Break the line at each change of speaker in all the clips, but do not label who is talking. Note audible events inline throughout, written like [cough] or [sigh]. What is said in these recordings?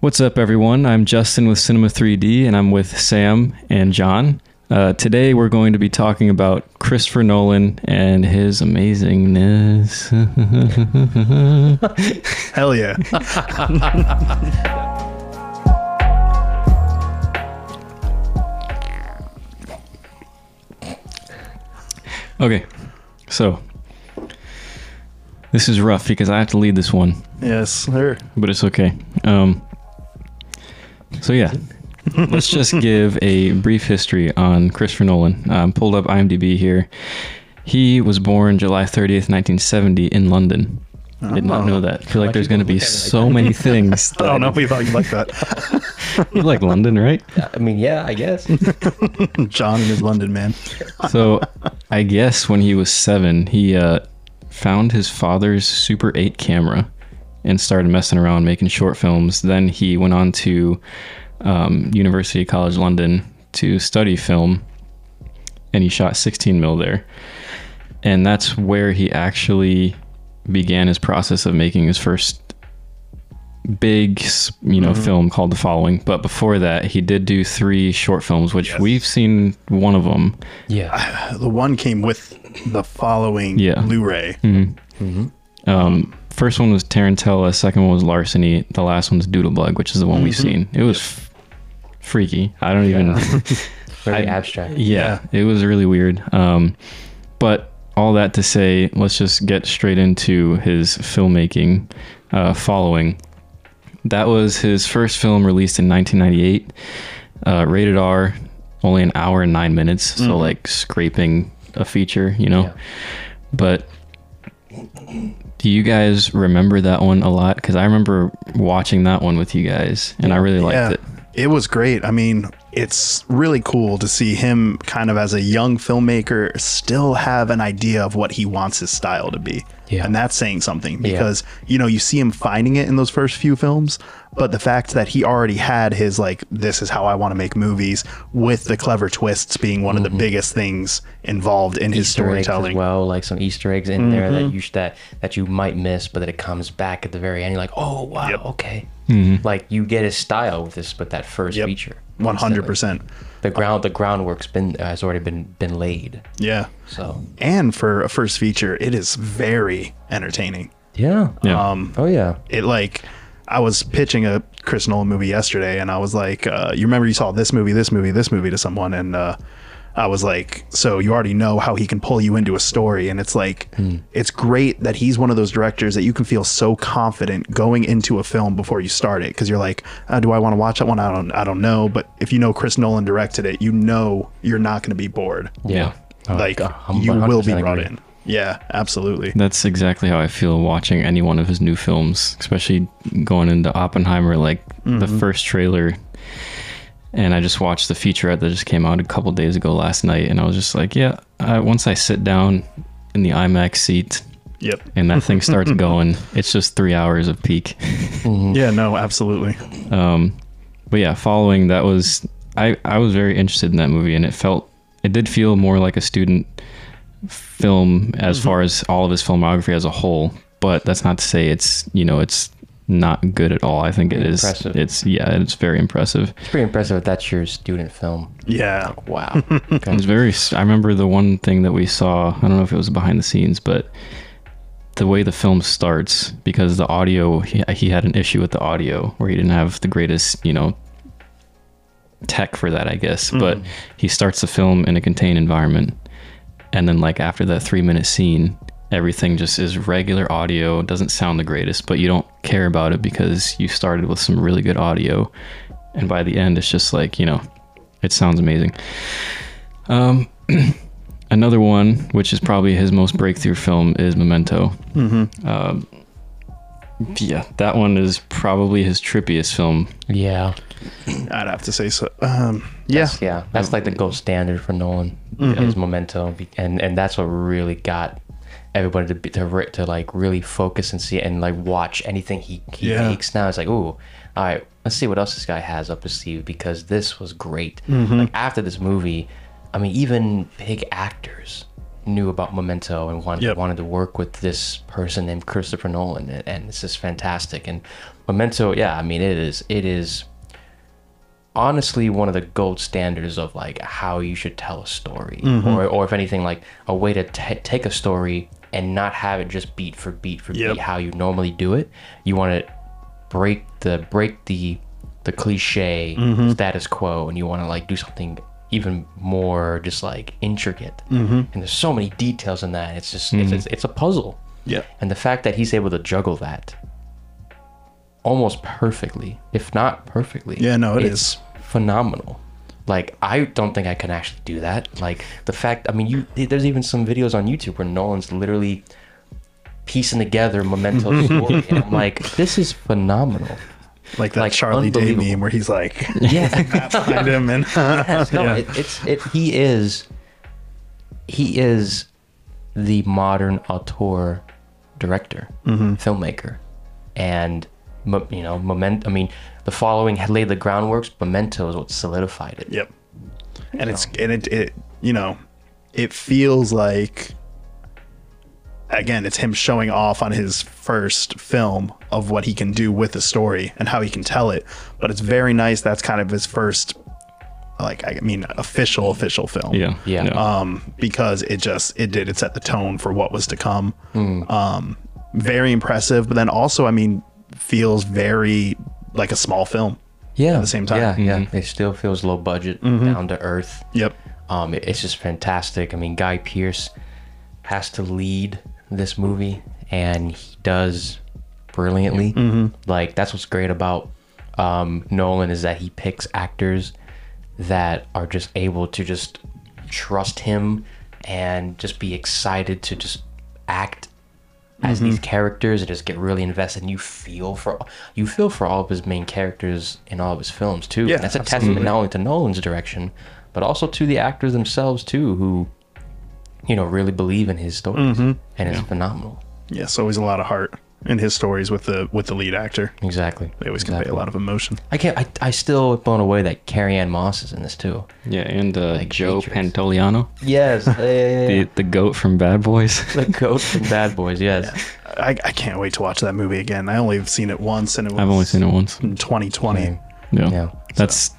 What's up, everyone? I'm Justin with Cinema 3D, and I'm with Sam and John. Uh, today, we're going to be talking about Christopher Nolan and his amazingness.
Hell yeah.
[laughs] okay, so this is rough because I have to lead this one,
[laughs] yes, sir.
but it's okay. Um, so, yeah, let's just
[laughs]
give a brief history on Christopher Nolan. Um, pulled up IMDb here. He was born July 30th, 1970. in London. Did not
Oh.
know that. I feel like there's going to be so many things.
[laughs] I
that-
don't know if you thought you liked that.
You [laughs] like London, right?
I mean, yeah, I guess.
[laughs] John and his London man.
[laughs] So I guess when he was seven, he uh, found his father's Super 8 camera and started messing around making short films. Then he went on to um, University College London to study film and he shot 16 mil there. And that's where he actually began his process of making his first big you know film called the following but before that he did do three short films which we've seen one of them
Yeah.
The one came with the following
Yeah.
Blu-ray.
Um, first one was Tarantella, second one was Larceny, the last one's Doodlebug, which is the one we've seen. It was f- freaky. I don't [laughs] even.
Very
I-
abstract.
yeah, it was really weird. Um, but all that to say, let's just get straight into his filmmaking uh, following. That was his first film released in 1998, uh, rated R, only an hour and nine minutes, so like scraping a feature, you know.
Yeah.
But do you guys remember that one a lot? Because I remember watching that one with you guys, and I really
Yeah.
liked it.
It was great. I mean, it's really cool to see him kind of as a young filmmaker still have an idea of what he wants his style to be.
Yeah.
And that's saying something because, you know, you see him finding it in those first few films, but the fact that he already had his, like, this is how I want to make movies with the clever twists being one of the biggest things involved in his
Mm-hmm. Easter eggs as
storytelling. Mm-hmm.
well, like some Easter eggs in there that you sh- that that you might miss, but that it comes back at the very end. You're like, oh wow, okay. Like you get his style with this, but that first
Yep.
feature,
One hundred percent.
the ground the groundwork's been uh, has already been been laid.
Yeah.
So
And for a first feature, it is very entertaining.
yeah,
Yeah.
oh yeah,
It like I was pitching a Chris Nolan movie yesterday, and I was like, uh, "You remember you saw this movie, this movie, this movie to someone?" And uh, I was like, "So you already know how he can pull you into a story." And it's like,
Hmm.
it's great that he's one of those directors that you can feel so confident going into a film before you start it because you're like, uh, "Do I want to watch that one? I don't, I don't know." But if you know Chris Nolan directed it, you know you're not going to be bored.
yeah. Oh,
like
I'm
you will be
100%
brought
agree.
in. Yeah, absolutely.
That's exactly how I feel watching any one of his new films, especially going into Oppenheimer, like the first trailer. And I just watched the featurette that just came out a couple days ago last night, and I was just like, yeah. I, once I sit down in the IMAX seat
Yep.
and that thing starts going, it's just three hours of peak. [laughs]
Yeah, no, absolutely.
But yeah, following that was I I was very interested in that movie, and it felt it did feel more like a student film as far as all of his filmography as a whole. But that's not to say it's you know it's not good at all. I think it is.
Impressive.
It's yeah, it's very impressive.
It's pretty impressive. If that's your student film.
Yeah.
Wow.
It was very. s- I remember the one thing that we saw. I don't know if it was behind the scenes, but the way the film starts because the audio he, he had an issue with the audio where he didn't have the greatest you know tech for that i guess but he starts the film in a contained environment and then like after that three minute scene everything just is regular audio It doesn't sound the greatest but you don't care about it because you started with some really good audio and by the end it's just like you know it sounds amazing um another one which is probably his most breakthrough film is memento um yeah that one is probably his trippiest film
yeah.
I'd have to say so. Um, yeah. Mm-hmm.
Yeah, that's like the gold standard for Nolan. His Memento, be- and and that's what really got everybody to be, to, re- to like really focus and see and like watch anything he, he
Yeah.
makes now. It's like, ooh, all right, let's see what else this guy has up his sleeve because
Mm-hmm.
this was great. Like after this movie, I mean, even big actors knew about Memento and wanted
Yep.
wanted to work with this person named Christopher Nolan, and, and this is fantastic. And Memento, yeah, I mean, it is it is honestly one of the gold standards of like how you should tell a story, or or if anything, like a way to t- take a story and not have it just beat for beat for
Yep.
beat how you normally do it. You want to break the break the the cliche status quo and you want to like do something even more just like intricate and there's so many details in that it's just it's, it's it's a puzzle
Yeah.
and the fact that he's able to juggle that almost perfectly if not perfectly
Yeah, no, it
it's
is.
phenomenal like i don't think i can actually do that like the fact i mean you there's even some videos on youtube where nolan's literally piecing together
[laughs]
memento story and i'm like this is phenomenal
Like that
Like,
Charlie Day
unbelievable.
meme where he's
[laughs]
like [laughs]
yeah
behind him and [laughs]
no,
Yeah.
it, it's it. He is. He is the modern auteur, director, filmmaker, and mo- you know, moment. I mean, the following had laid the groundwork. Memento is what solidified it.
Yep. And it's and it, it you know, it feels like again, it's him showing off on his first film of what he can do with a story and how he can tell it. But it's very nice that's kind of his first like I mean official official film.
Yeah.
Yeah.
Um because it just it did it set the tone for what was to come. Um very impressive, but then also I mean feels very like a small film.
Yeah. At
the same time.
Yeah, yeah. It still feels low budget, down to earth.
Yep.
Um, it- it's just fantastic. I mean, Guy Pierce has to lead this movie, and he does brilliantly.
Mm-hmm.
Like that's what's great about um, Nolan is that he picks actors that are just able to just trust him and just be excited to just act as these
Mm-hmm.
characters and just get really invested and you feel for you feel for all of his main characters in all of his films too.
Yeah,
And that's a
absolutely.
testament not only to Nolan's direction, but also to the actors themselves too, who you know really believe in his stories, and it's phenomenal.
Yes, always a lot of heart in his stories with the with the lead actor.
Exactly.
They always
exactly.
convey a lot of emotion.
I can't. I, I still am blown away that Carrie Ann Moss is in this too.
Yeah, and uh, Joe
Matrix.
Pantoliano,
[laughs] Yes. yeah, yeah, yeah.
the the goat from Bad Boys. [laughs]
The goat from Bad Boys. Yes.
I, I can't wait to watch that movie again. I only have seen it once, and it was
I've only seen it once.
in 2020.
Yeah.
Yeah.
That's.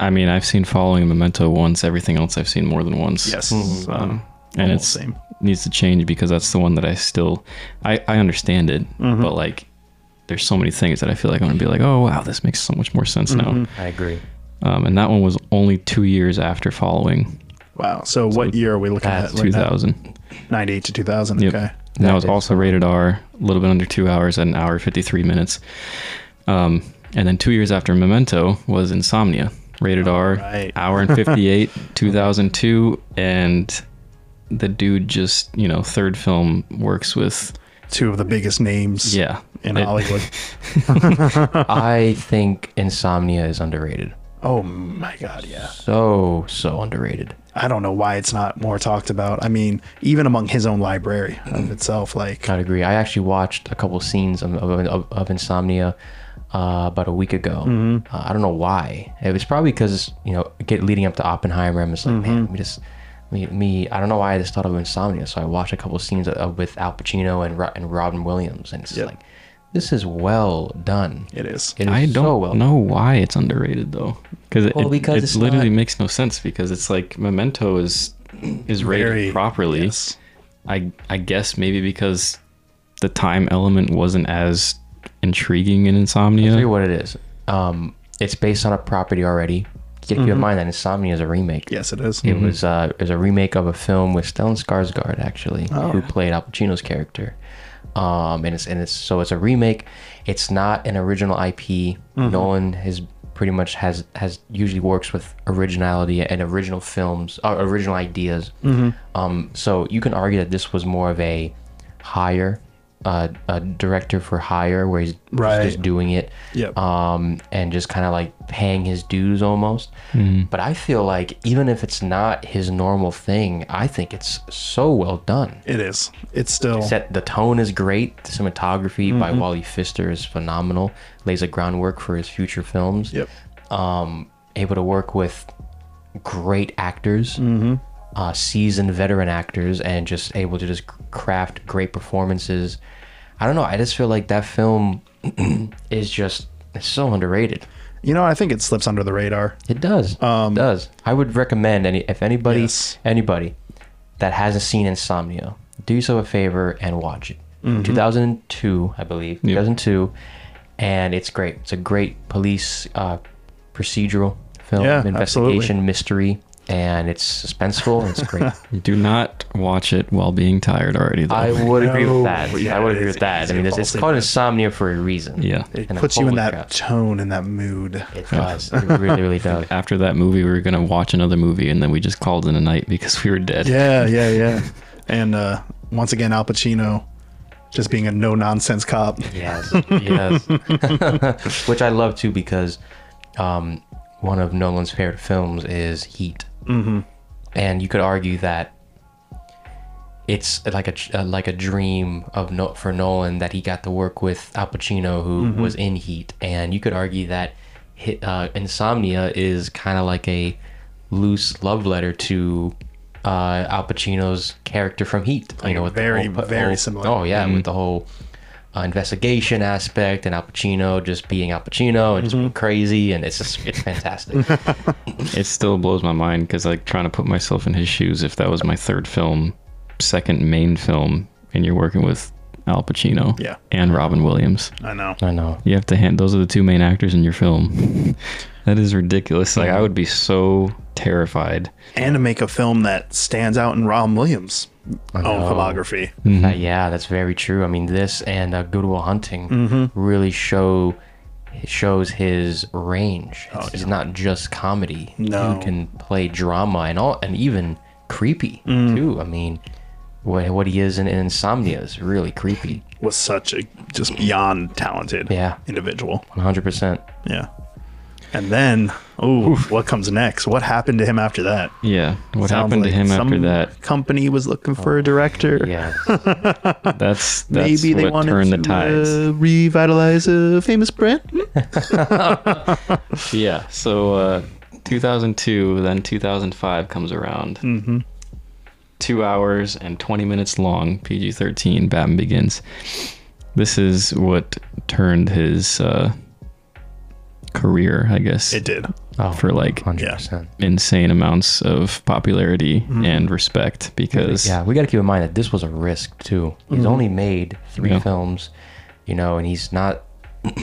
I mean, I've seen Following Memento once. Everything else I've seen more than once.
Yes, so,
Um,
almost
and it's
same.
needs to change because that's the one that I still, I I understand it, but like, there's so many things that I feel like I'm gonna be like, oh wow, this makes so much more sense now.
I agree.
Um, and that one was only two years after Following
Wow. So, what year are we looking at?
that's
right now?
2000.
98 to 2000.
Yep.
Okay.
And that was
is-
also rated R, a little bit under two hours, at an hour 53 minutes. Um, and then two years after Memento was Insomnia, rated R,
right.
hour and 58, 2002. And the dude just, you know, third film works with,
Two of the biggest names.
yeah.
In
It-
Hollywood.
[laughs]
I think Insomnia is underrated.
Oh my God. Yeah.
So so underrated.
I don't know why it's not more talked about. I mean, even among his own library
Mm-hmm.
of itself, like
I'd agree. I actually watched a couple scenes of, of, of, of Insomnia uh, about a week ago. Uh, I don't know why. It was probably because you know, get leading up to Oppenheimer, I'm just like, man, let me just me, me. I don't know why I just thought of Insomnia. So I watched a couple scenes uh, with Al Pacino and Ro- and Robin Williams, and it's
Yep.
like, this is well done.
it is.
It is
I don't
so well.
know why it's underrated though, because it,
Well,
it-
because
it
it's
literally
not-
makes no sense. Because it's like Memento is is rated
Very-
properly.
yes.
I I guess maybe because the time element wasn't as intriguing in
Tell you
Insomnia.
what it is. Um, it's based on a property already. Keep in mind that Insomnia is a remake.
Yes, it is.
It was uh, it was a remake of a film with Stellan Skarsgård actually, who played Al Pacino's character. Um, and it's and it's so it's a remake. It's not an original IP. Nolan has pretty much has has usually works with originality and original films, uh, original ideas. Um, so you can argue that this was more of a hire, uh, a director for hire, where he's just-
Right.
just doing it
Yep.
um, and just kind of like paying his dues almost. But I feel like even if it's not his normal thing, I think it's so well done.
it is. It's still.
Set the tone is great. The cinematography by Wally Pfister is phenomenal. Lays a groundwork for his future films.
Yep.
Um, able to work with great actors. uh, seasoned veteran actors and just able to just craft great performances. I don't know. I just feel like that film [clears throat] is just it's so underrated.
You know, I think it slips under the radar.
It does. it does. I would recommend any if anybody
Um, Yes.
anybody that hasn't seen Insomnia, do yourself a favor and watch it.
Mm-hmm.
2002, I believe. 2002, and it's great. It's a great police uh, procedural film,
Yeah,
investigation,
absolutely.
mystery, and it's suspenseful. and It's
[laughs]
great.
Do not watch it while being tired already. Though.
I would agree with that.
yeah,
I would agree
it's
with that. I
easy
mean,
to
it's, it's
fall
called
asleep.
Insomnia for a reason.
Yeah.
It
And
puts you in
holy
that
crap,
tone and that mood.
It does. It really,
[laughs]
really does.
After that movie, we were gonna watch another movie, and then we just called it a night because we were dead.
Yeah, yeah,
[laughs]
yeah. and uh, once again, Al Pacino just being a no nonsense cop.
[laughs] Yes, yes. [laughs] Which I love too because um, one of Nolan's favorite films is Heat, mm-hmm. and you could argue that it's like a ch- uh, like a dream of no- for Nolan that he got to work with Al Pacino, who
Mm-hmm.
was in Heat, and you could argue that hi uh, Insomnia is kind of like a loose love letter to. Uh, Al Pacino's character from Heat, you know, with
very,
the whole,
very
whole-
similar. Mm-hmm.
Oh yeah, with the whole uh, investigation aspect and Al Pacino just being Al Pacino and just
Mm-hmm.
being crazy and it's just
[laughs]
it's fantastic.
It still blows my mind because like trying to put myself in his shoes. If that was my third film, second main film, and you're working with Al Pacino,
Yeah.
and Robin Williams,
I know.
I know.
you have to hand those are the two main actors in your film. [laughs] that is ridiculous. Like I would be so terrified.
And to make a film that stands out in Robin Williams' own
know.
filmography.
Uh, yeah, that's very true. I mean, this and uh, Goodwill Hunting really show shows his range. It's, it's not just comedy.
No.
you can play drama and all, and even creepy too. I mean, what what he is in, in Insomnia is really creepy.
Was such a just beyond talented
Yeah.
individual.
One hundred percent.
Yeah. And then, oh, what comes next? What happened to him after that?
Yeah. What
Sounds
happened
like
to him after
some [laughs]
that?
Company was looking for a director.
Yeah,
That's that's
Maybe they
what
wanted
turned
to
the tides.
Uh, revitalize a famous brand.
Yeah. So uh, 2002, then 2005 comes around. Mm-hmm. Two hours and 20 minutes long, PG 13, Batman Begins. This is what turned his uh, career, I guess,
It did.
oh,
for like
hundred percent.
insane amounts of popularity and respect because
Yeah, we got to keep in mind that this was a risk too. He's only made three
Yeah.
films, you know, and he's not [clears throat]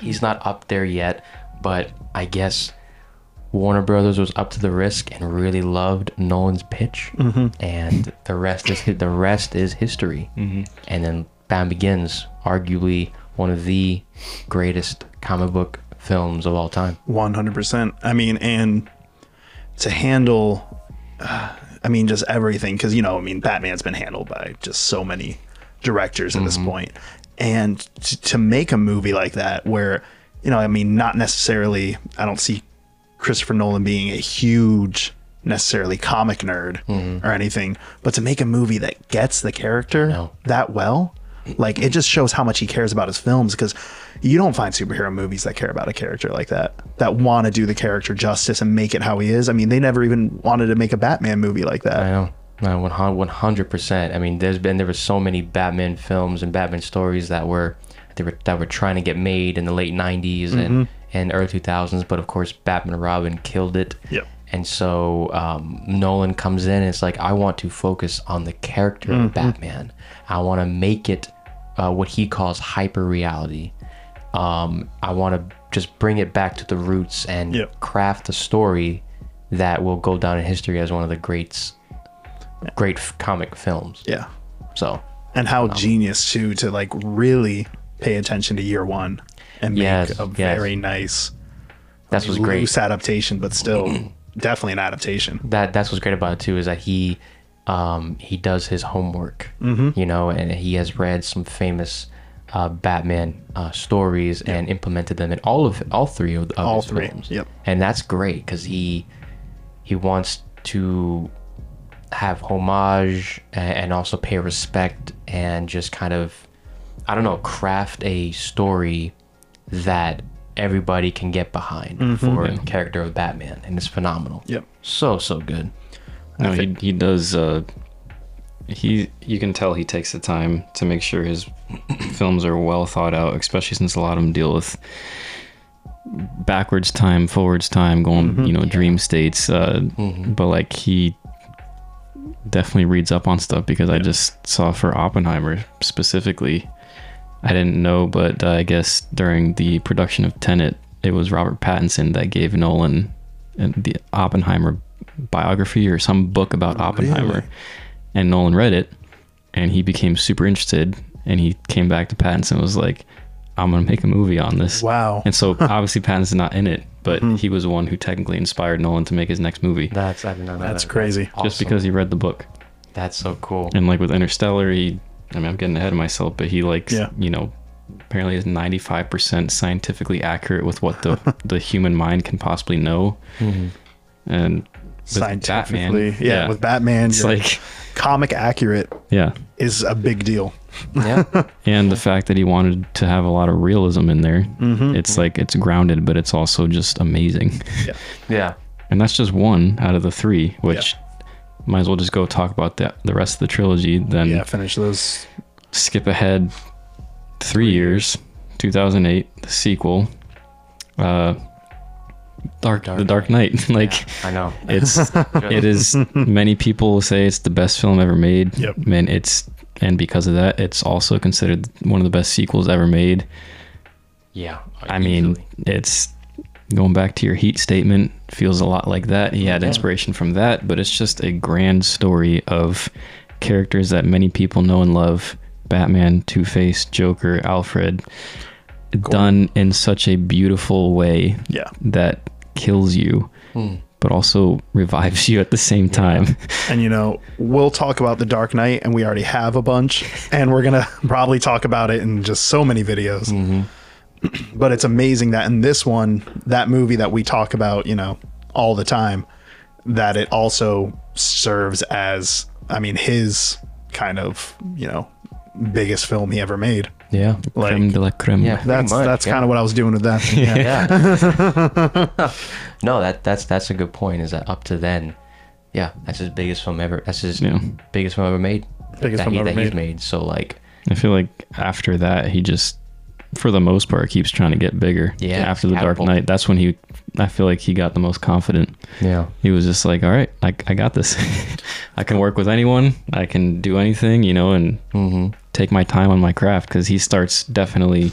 he's not up there yet. But I guess Warner Brothers was up to the risk and really loved Nolan's pitch, and the rest is the rest is history. And then Batman Begins, arguably one of the greatest comic book films of all time.
100%. I mean, and to handle, uh, I mean, just everything, because, you know, I mean, Batman's been handled by just so many directors at this point. And t- to make a movie like that, where, you know, I mean, not necessarily, I don't see Christopher Nolan being a huge necessarily comic nerd or anything, but to make a movie that gets the character
know.
that well, like it just shows how much he cares about his films because you don't find superhero movies that care about a character like that, that want to do the character justice and make it how he is. I mean, they never even wanted to make a Batman movie like
I
that.
know. No, one hundred percent. I mean, there's been there were so many Batman films and Batman stories that were they were that were trying to get made in the late '90s and and early 2000s, but of course, Batman and Robin killed it.
Yep.
And so um, Nolan comes in and it's like, I want to focus on the character of Batman. I want to make it uh, what he calls hyper reality. Um, I want to just bring it back to the roots and
Yep.
craft a story that will go down in history as one of the greats, great f- comic films.
Yeah.
So,
And how genius, too, to like really pay attention to year one and make
Yes,
a
yes.
very nice,
that's what's great.
loose adaptation, but still definitely an adaptation.
that that's what's great about it too is that he um he does his homework
Mm-hmm.
you know and he has read some famous uh batman uh stories and implemented them in all of all three of, of
All
his
three,
films
yep.
and that's great because he he wants to have homage a- and also pay respect and just kind of i don't know craft a story that everybody
Mm-hmm.
can get behind for the character of batman and it's phenomenal
Yep.
so so good
No, he he does. Uh, he you can tell he takes the time to make sure his films are well thought out, especially since a lot of them deal with backwards time, forwards time, going you know dream states. Uh, But like he definitely reads up on stuff because I just saw for Oppenheimer specifically. I didn't know, but uh, I guess during the production of Tenet, it was Robert Pattinson that gave Nolan an- the Oppenheimer biography or some book about Oppenheimer. And Nolan read it and he became super interested and he came back to Pattinson and was like, I'm going to make a movie on this.
Wow.
And so obviously Pattinson's not in it, but he was the one who technically inspired Nolan to make his next movie
Hmm. That's I did not know
That's
that.
crazy.
Awesome.
just because he read the book.
that's so cool.
And like with Interstellar, he, I mean, I'm getting ahead of myself, but he likes,
Yeah.
you know, apparently is 95% scientifically accurate with what
[laughs]
the, the human mind can possibly know.
Mm-hmm.
And with Batman,
Scientifically, yeah, With Batman,
It's
you're-
like,
comic accurate
yeah.
is a big deal.
Yeah.
And the fact that he wanted to have a lot of realism in there,
Mm-hmm.
it's like it's grounded, but it's also just amazing. [laughs]
Yeah.
[laughs] yeah.
And that's just one out of the three, which might as well just go talk about the, the rest of the trilogy, then
Yeah. Finish those.
skip ahead three years, 2008, the sequel, uh, Dark, The Dark Knight. [laughs] like,
I know.
[laughs] it's it is many people say it's the best film ever made
Yep.
and it's and because of that it's also considered one of the best sequels ever made
Yeah.
i mean
easily.
it's going back to your heat statement feels a lot like that he had
Yeah.
inspiration from that but it's just a grand story of characters that many people know and love batman two-face joker alfred done in such a beautiful way
Yeah.
that kills you
Hmm.
but also revives [laughs] you at the same time
And you know, we'll talk about the Dark Knight, and we already have a bunch, and we're gonna [laughs] probably talk about it in just so many videos.
Mm-hmm.
[clears throat] But it's amazing that in this one, that movie that we talk about, you know, all the time, that it also serves as, I mean, his kind of, you know, biggest film he ever made.
yeah
Like-
[laughs] creme de la creme
Yeah. Pretty
That's
much,
that's
yeah.
kind of what I was doing with that.
[laughs]
Yeah.
yeah. no, that that's that's a good point. Is that up to then? Yeah, that's his biggest film ever. That's his
Yeah.
biggest film ever made.
Biggest
that
film
he,
ever
that he's made. So like,
I feel like after that, he just, for the most part, keeps trying to get bigger.
Yeah,
After the Dark
catapult.
Knight, that's when he, I feel like he got the most confident.
yeah,
He was just like, all right, I, I got this. [laughs] I can work with anyone. I can do anything, you know, and
Mm-hmm.
take my time on my craft because he starts definitely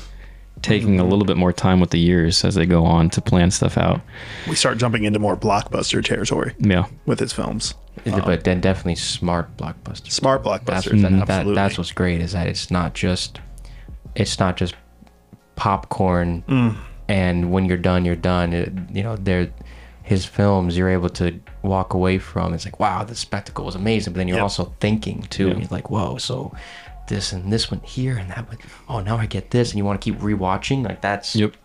taking
Mm-hmm.
a little bit more time with the years as they go on to plan stuff out.
We start jumping into more blockbuster territory
Yeah.
with his films. Uh,
but then definitely smart blockbuster.
Smart
That's,
blockbusters,
that- that,
absolutely.
that's what's great is that it's not just, it's not just popcorn.
Mm.
And when you're done, you're done. It, you know, they're his films. You're able to walk away from. It's like, wow, the spectacle was amazing. But then you're
Yep.
also thinking too. And you're like, whoa, so this and this one here and that one. Oh, now I get this, and you want to keep rewatching. Like that's
yep.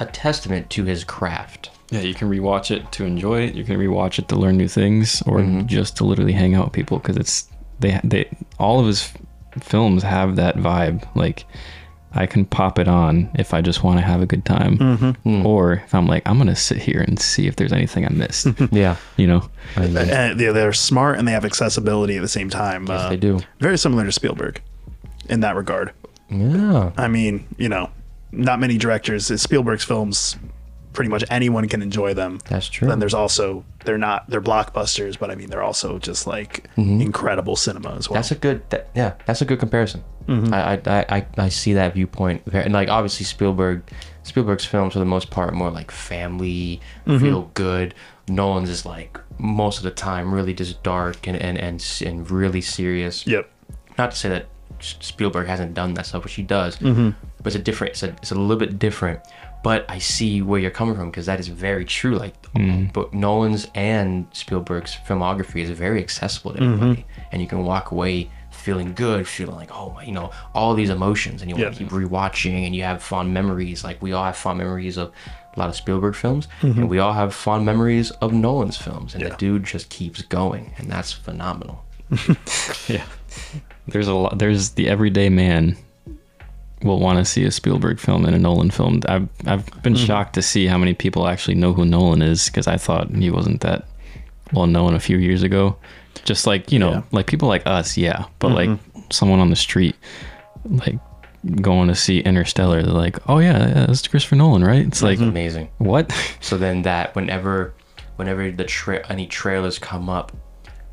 a testament to his craft.
Yeah, you can rewatch it to enjoy it. You can rewatch it to learn new things, or just to literally hang out with people because it's they they all of his f- films have that vibe. Like I can pop it on if I just want to have a good time, or if I'm like I'm gonna sit here and see if there's anything I missed. [laughs]
Yeah,
you know,
And they- they're smart and they have accessibility at the same time. uh,
they do.
Very similar to Spielberg in that regard.
yeah,
I mean, you know, not many directors. uh, Spielberg's films, pretty much anyone can enjoy them.
That's true.
Then there's also they're not they're blockbusters, but I mean they're also just like incredible cinema as well. Mm-hmm.
Mm-hmm. That's a good. That, yeah, that's a good comparison. I, I- I, I I see that viewpoint. ver- And like obviously Spielberg, Spielberg's films for the most part more like family,
Mm-hmm.
feel good. Nolan's is like most of the time really just dark and and and, s- and really serious.
yep.
Not to say that S- Spielberg hasn't done that stuff, which he does. But it's a different. It's a, it's a little bit different. But I see where you're coming from because that is very true. Like, but Nolan's and Spielberg's filmography is very accessible to everybody, and you can walk away feeling good, feeling like oh my, you know, all these emotions, and you want
Yeah.
to keep rewatching, and you have fond memories. Like we all have fond memories of a lot of Spielberg films, and we all have fond memories of Nolan's films, and the dude just keeps going, and that's phenomenal.
yeah. There's a lot. There's the everyday man will want to see a Spielberg film and a Nolan film. I've I've been shocked to see how many people actually know who Nolan is because I thought he wasn't that well known a few years ago. Just like you know,
Yeah.
like people like us, yeah, but like someone on the street, like going to see Interstellar, they're like, oh yeah, yeah that's Christopher Nolan, right? It's like
Amazing.
what? [laughs]
So then that whenever, whenever the tra- any trailers come up,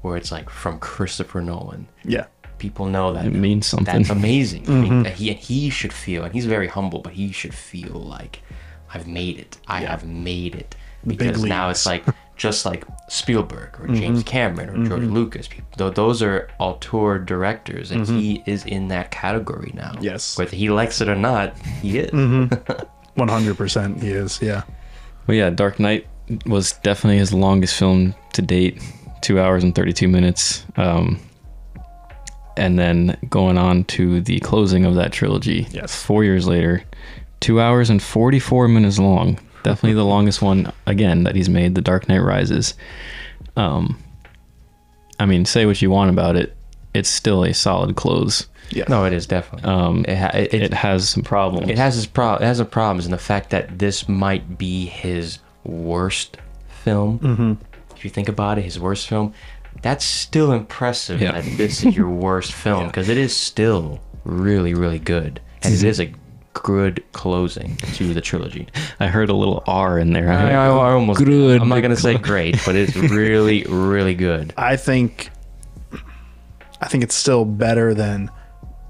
where it's like from Christopher Nolan,
Yeah.
people know that
it means something.
that's amazing. I mean, that he he should feel, and he's very humble, but he should feel like I've made it. I have made it because now it's like just like Spielberg or James Cameron or George Lucas. People, tho- those are auteur directors, and he is in that category now.
Yes.
whether he likes it or not, he is.
100% he is. Yeah.
But yeah, Dark Knight was definitely his longest film to date, two hours and thirty-two minutes. Um, and then going on to the closing of that trilogy,
Yes.
four years later, two hours and forty-four minutes long. Definitely the longest one again that he's made. The Dark Knight Rises. Um, I mean, say what you want about it, it's still a solid close.
Yeah.
No, it is definitely.
Um,
it, ha- it,
It has some problems.
It has its pro- it has a problems, and the fact that this might be his worst film. If you think about it, his worst film. That's still impressive
Yeah.
that this is your [laughs] worst film because it is still really, really good, and it is a good closing to the trilogy.
I heard a little R in there.
[laughs] I, I- I almost.
Good.
I'm not gonna say great, but [laughs] it's really, really good.
I think I think it's still better than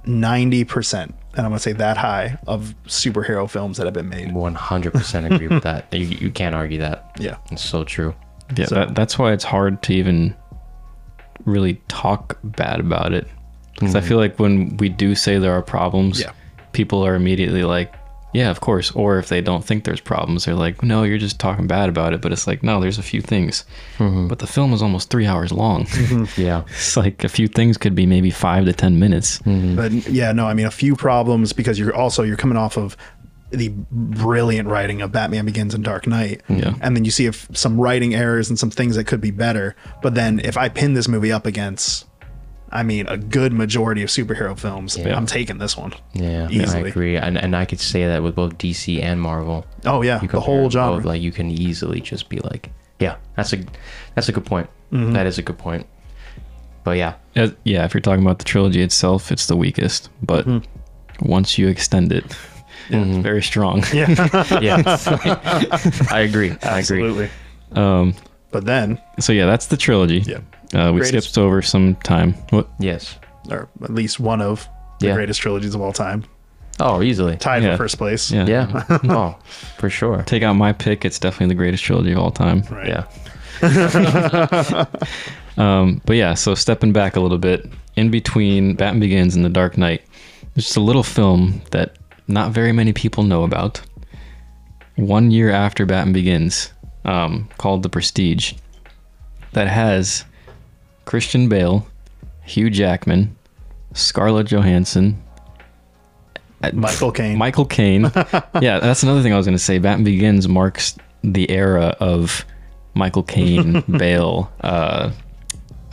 90%. And I'm going to say that high of superhero films that have been made.
100% agree with that. You, you can't argue that.
Yeah.
It's so true.
Yeah, that, that's why it's hard to even really talk bad about it. Because
Mm-hmm.
I feel like when we do say there are problems,
Yeah.
people are immediately like, yeah, of course. Or if they don't think there's problems, they're like, no, you're just talking bad about it. But it's like, no, there's a few things.
Mm-hmm.
But the film is almost three hours long. [laughs]
Yeah.
it's like a few things could be maybe five to 10 minutes.
Mm.
But yeah, no, I mean a few problems because you're also you're coming off of the brilliant writing of Batman Begins and Dark Knight.
Yeah.
And then you see if some writing errors and some things that could be better. But then if I pin this movie up against I mean a good majority of superhero films, I'm taking this one.
Yeah, I
Easily.
agree, and and I could say that with both DC and Marvel.
Oh yeah,
You
the
compare
whole
both,
genre.
like you can easily just be like, yeah, that's a that's a good point.
Mm-hmm.
That is a good point. But
[laughs]
yeah,
Uh, yeah, if you're talking about the trilogy itself, it's the weakest. But once you extend it, it's very strong.
Mm-hmm. yeah, [laughs] I agree. I agree.
Absolutely.
Um,
But then
so yeah, that's the trilogy.
Yeah.
Uh, we
Greatest-
skipped over some time. What?
Yes.
or at least one of the
Yeah.
greatest trilogies of all time.
Oh, easily.
Tied
Yeah.
for first place.
Yeah.
Yeah.
[laughs]
oh, for sure.
Take out my pick. It's definitely the greatest trilogy of all time.
Right.
Yeah.
Um, but yeah, so stepping back a little bit, in between Batman Begins and The Dark Knight, there's just a little film that not very many people know about. One year after Batman Begins, um, called The Prestige, that has Christian Bale, Hugh Jackman, Scarlett Johansson,
Michael Caine.
Michael Caine.
[laughs]
yeah, that's another thing I was going to say. Batman Begins marks the era of Michael
[laughs]
Caine, Bale, uh,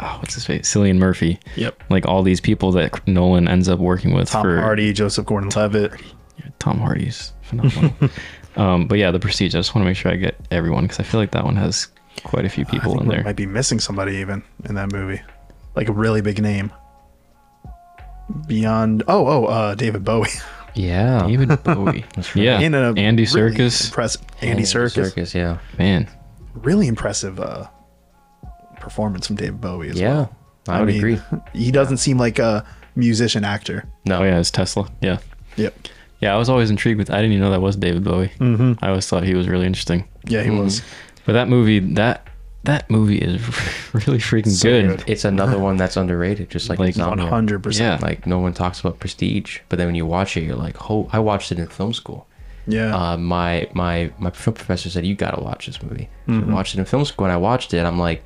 oh, what's his face? Cillian Murphy.
Yep.
Like all these people that Nolan ends up working with
Tom
for
Hardy, Joseph Gordon-Levitt.
Tom Hardy's
[laughs]
phenomenal. um, but yeah, The Prestige. I just want to make sure I get everyone because I feel like that one has quite a few
I
people
think
in
we
there.
might be missing somebody even in that movie, like a really big name. Beyond, oh, oh, uh, David Bowie [laughs]
Yeah.
David Bowie. Yeah,
in a
Andy
really
Circus.
impressive Andy Circus,
Circus. Yeah.
Man,
really impressive uh, performance from David Bowie. As
Yeah.
well.
I, would
mean,
agree.
[laughs] He doesn't seem like a musician actor.
No.
oh yeah, it's Tesla. Yeah,
Yep.
yeah. I was always intrigued with. I didn't even know that was David Bowie. Mm-hmm. I always thought he was really interesting.
Yeah, he was.
But that movie, that that movie is [laughs] really freaking
So
good.
good.
It's another one that's underrated, just like,
Like,
Insomnia.
One hundred
Yeah.
percent.
Like no one talks about Prestige, but then when you watch it, you're like, oh, I watched it in film school.
Yeah.
uh, my my my film professor said you gotta watch this movie. So
Mm-hmm.
I watched it in film school and I watched it. and I'm like,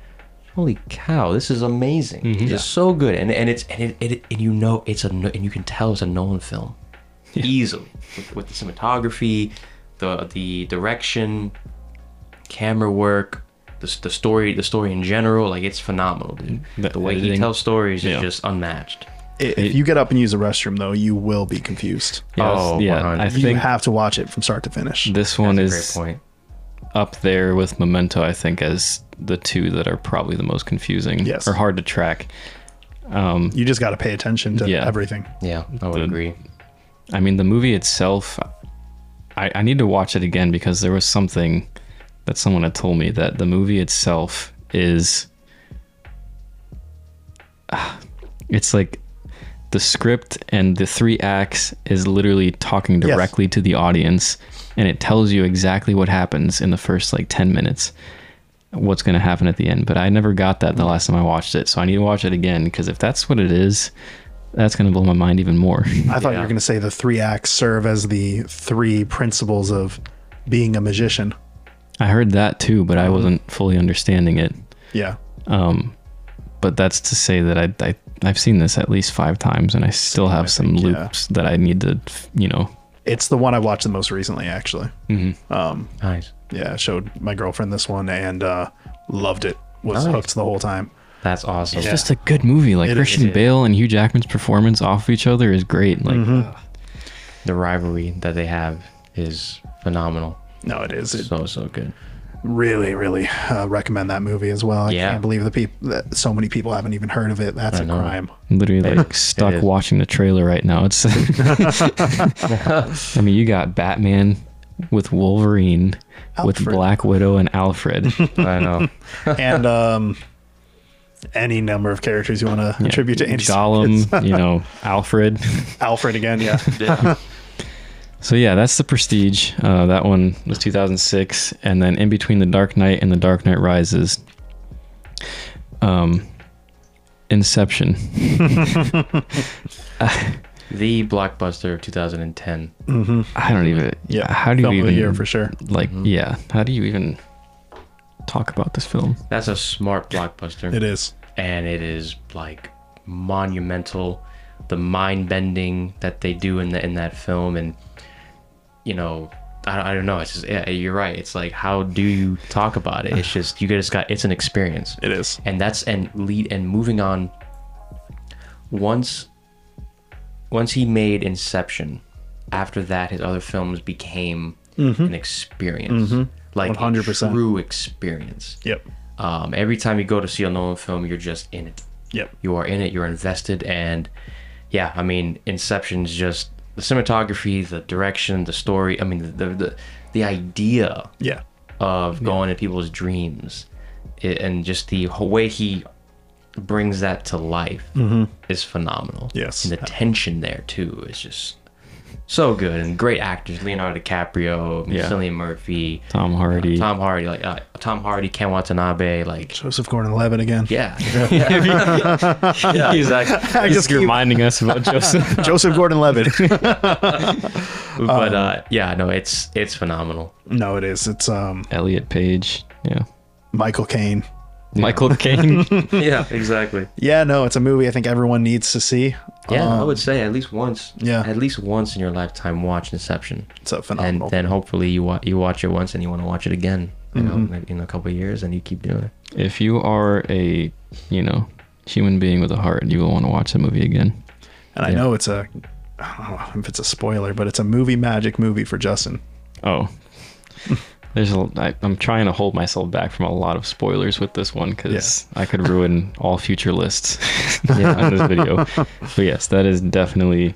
holy cow, this is amazing.
Mm-hmm.
This is so good. And and it's and it, it and you know it's a no- and you can tell it's a Nolan film easily with, with the cinematography, the the direction, camera work. The, s- the story the story in general like it's phenomenal dude
The
the, way
editing.
he tells stories
Mm-hmm. Yeah.
is just unmatched
I- if you get up and use the restroom though, you will be confused.
Yeah, that's-
Oh,
yeah.
100.
I
You
think
have to watch it from start to finish.
this one
That's a
is
great point
up there with Memento, I think, as the two that are probably the most confusing
Yes.
or hard to track.
You just got to pay attention to
Yeah.
everything.
Yeah, I would
The-
agree.
I mean, the movie itself, I, I need to watch it again because there was something that someone had told me that the movie itself is. Ah, It's like the script and the three acts is literally talking directly to the audience and it tells you exactly what happens in the first like 10 minutes what's going to happen at the end but i never got that the last time i watched it so i need to watch it again because if that's what it is that's going to blow my mind even more [laughs]
I thought you were going to say the three acts serve as the three principles of being a magician.
I heard that too, but I wasn't fully understanding it.
Yeah.
But that's to say that I, I I've seen this at least five times, and I still have some
think, yeah.
loops that I need to, you know.
It's the one I watched the most recently, actually.
Nice.
Yeah. I showed my girlfriend this one and uh, loved it. Was
Nice.
hooked the whole time.
That's awesome.
It's just a good movie. Like
It is,
Christian
it is.
Bale and Hugh Jackman's performance off of each other is great. Like
The rivalry that they have is phenomenal.
No, it is. It
So so good.
really, really uh, recommend that movie as well. I
Yeah.
can't believe the people that so many people haven't even heard of it. That's a
know.
crime.
I'm literally like
is.
stuck watching the trailer right now. It's. [laughs] I mean, you got Batman with Wolverine, with
Alfred.
Black Widow and Alfred.
I know.
and um, any number of characters you want to attribute to Andy Serkis.
Gollum, you know, Alfred.
Alfred
[laughs]
again. [laughs] Yeah.
So yeah, that's the Prestige. Uh, that one was 2006, and then in between the Dark Knight and the Dark Knight Rises, um, Inception.
[laughs] the blockbuster of 2010.
I don't even.
Yeah.
How do
Film
you
of
even?
the year for sure.
Like
Mm-hmm.
yeah. How do you even talk about this film?
That's a smart blockbuster.
It is.
and it is like monumental the mind bending that they do in the, in that film and you know I, I don't know it's just yeah, you're right it's like how do you talk about it
[laughs]
it's just you just got it's an experience
It is.
and that's and lead and moving on once once he made inception after that his other films became an experience like 100%
100%.
true experience
Yep.
um, every time you go to see a Nolan film, you're just in it.
Yep.
You are in it. You're invested, and yeah, I mean, Inception's just the cinematography, the direction, the story. I mean, the the the, the idea
Yeah.
of going in people's dreams, i and just the whole way he brings that to life is phenomenal.
Yes.
and the tension there too is just so good and great actors: Leonardo DiCaprio,
Yeah.
Cillian Murphy.
Tom Hardy.
Tom Hardy, like uh, Tom Hardy, Ken Watanabe, like
Joseph Gordon-Levitt again.
yeah. [laughs] yeah. He's like,
[laughs] I
Just reminding us
[laughs]
about Joseph.
Joseph Gordon-Levitt. [laughs]
but uh, yeah, no, it's it's phenomenal.
no, it is. It's um
Elliot Page. Yeah.
Michael Caine.
Michael Caine.
[laughs]
Yeah, exactly.
Yeah, no, it's a movie I think everyone needs to see.
Yeah, I
Um,
would say at least once.
yeah.
at least once in your lifetime, watch Inception,
it's a
and uh,
phenomenal.
then hopefully you wa- you watch it once and you want to watch it again. You know, in a- in a couple of years, and you keep doing it.
if you are a, you know, human being with a heart, you will want to watch the movie again.
and I know it's a I don't know if it's a spoiler, but it's a movie magic movie for Justin.
Oh. [laughs] There's a, I, I'm trying to hold myself back from a lot of spoilers with this one because I could ruin all future lists [laughs] on this video. But yes, that is definitely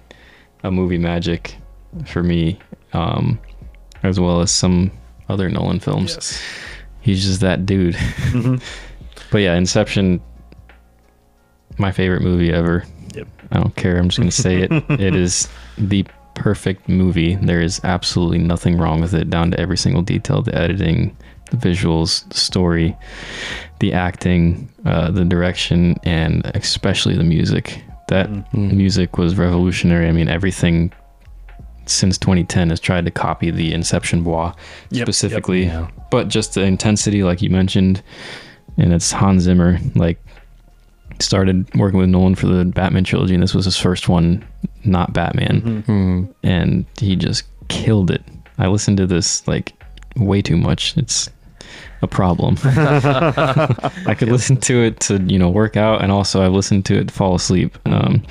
a movie magic for me, um, as well as some other Nolan films. He's just that dude. [laughs] but yeah, Inception, my favorite movie ever.
Yep.
I don't care. I'm just going to
[laughs]
say it. it is the perfect movie. There is absolutely nothing wrong with it, down to every single detail the editing, the visuals, the story, the acting, uh, the direction, and especially the music. That
Mm.
music was revolutionary. I mean, everything since 2010 has tried to copy the Inception Bois
yep,
specifically,
yeah.
but just the intensity, like you mentioned, and it's Hans Zimmer, like started working with Nolan for the Batman trilogy, and this was his first one, not Batman, and he just killed it. I listened to this like way too much. It's a problem. I could listen to it to you know work out, and also I've listened to it to fall asleep. Um,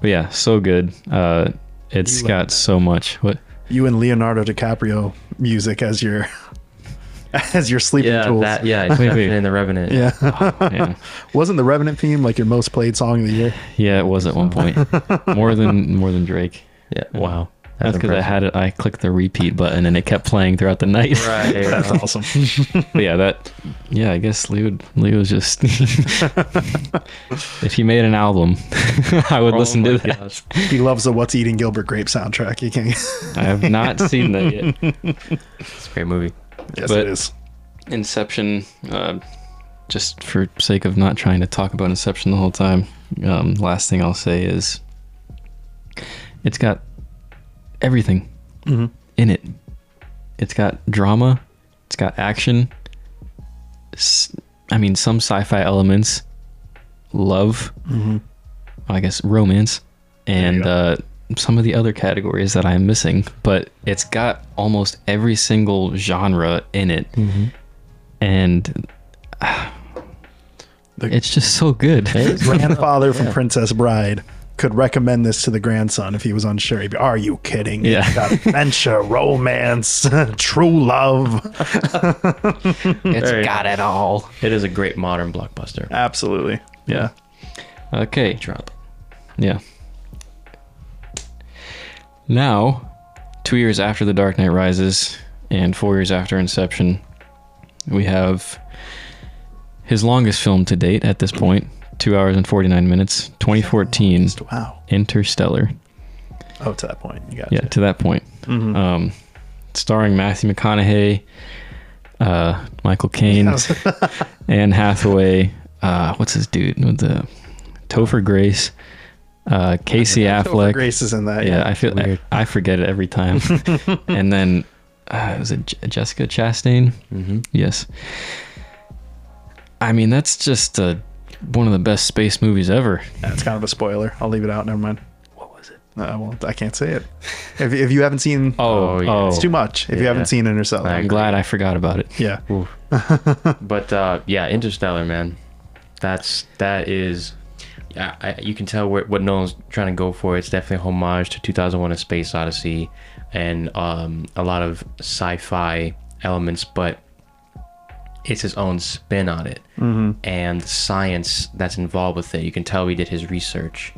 but yeah, so good. Uh, it's
You like
got so much. What?
You and Leonardo DiCaprio music as your [laughs] as your sleeping
Yeah,
tools.
that yeah, it's
Wait, wait.
definitely in the Revenant.
yeah.
yeah.
Wasn't the Revenant theme like your most played song of the year?
Yeah, it was at one point. More than more than Drake.
Yeah, Wow.
That's because I
impressive.
had it. I clicked the repeat button and it kept playing throughout the night. [laughs]
Right.
That's
right. [laughs]
awesome.
But yeah, that. Yeah, I guess Lee would. Lee was just. [laughs] if he made an album, [laughs] I would
Oh
listen
my
to that.
gosh.
he loves the "What's Eating Gilbert Grape" soundtrack. You can't. [laughs]
I have not seen that yet.
It's a great movie.
yes,
But-
it is.
[laughs] Inception. Uh, just for sake of not trying to talk about Inception the whole time, um, last thing I'll say is, it's got everything
Mm-hmm.
in it. It's got drama. It's got action. s- I mean, some sci-fi elements, love, I guess romance, and
Mm-hmm. go.
uh, some of the other categories that I'm missing. But it's got almost every single genre in it,
Mm-hmm.
and ah,
The-
it's just so good.
Grandfather from Princess Bride could recommend this to the grandson if he was unsure. He'd be, Are you kidding?
Yeah.
It's
[laughs]
got adventure, romance, [laughs] true love.
[laughs] it's
Very
got it all.
It is a great modern blockbuster.
Absolutely. Yeah.
Okay.
Drop.
Yeah. Now, two years after The Dark Knight Rises and four years after Inception, we have his longest film to date at this point, two hours and 49 minutes, 2014,
Wow.
Interstellar.
Oh, to that point. You got
Yeah, to that point. Um, starring Matthew McConaughey, uh, Michael Caine, Anne Hathaway. Uh, what's this dude with the Topher Grace, uh, Casey Affleck.
Grace is in that.
Yeah, I feel I,
Weird.
I forget it every
[laughs]
time. and then uh, was it J- Jessica Chastain? Mm-hmm. Yes. I mean, that's just uh, one of the best space movies ever.
That's kind of a spoiler. I'll leave it out. Never mind. What was it? Uh, well, I can't say it. If, if you haven't seen,
Oh,
Oh, yeah.
oh,
it's too much. If you haven't seen Interstellar,
I'm glad I forgot about it.
yeah.
But uh, yeah, Interstellar, man. That's that is. Yeah, I, you can tell what, what Nolan's trying to go for. It's definitely a homage to 2001: A Space Odyssey, and um, a lot of sci-fi elements, but it's his own spin on it,
Mm-hmm.
and the science that's involved with it. You can tell he did his research.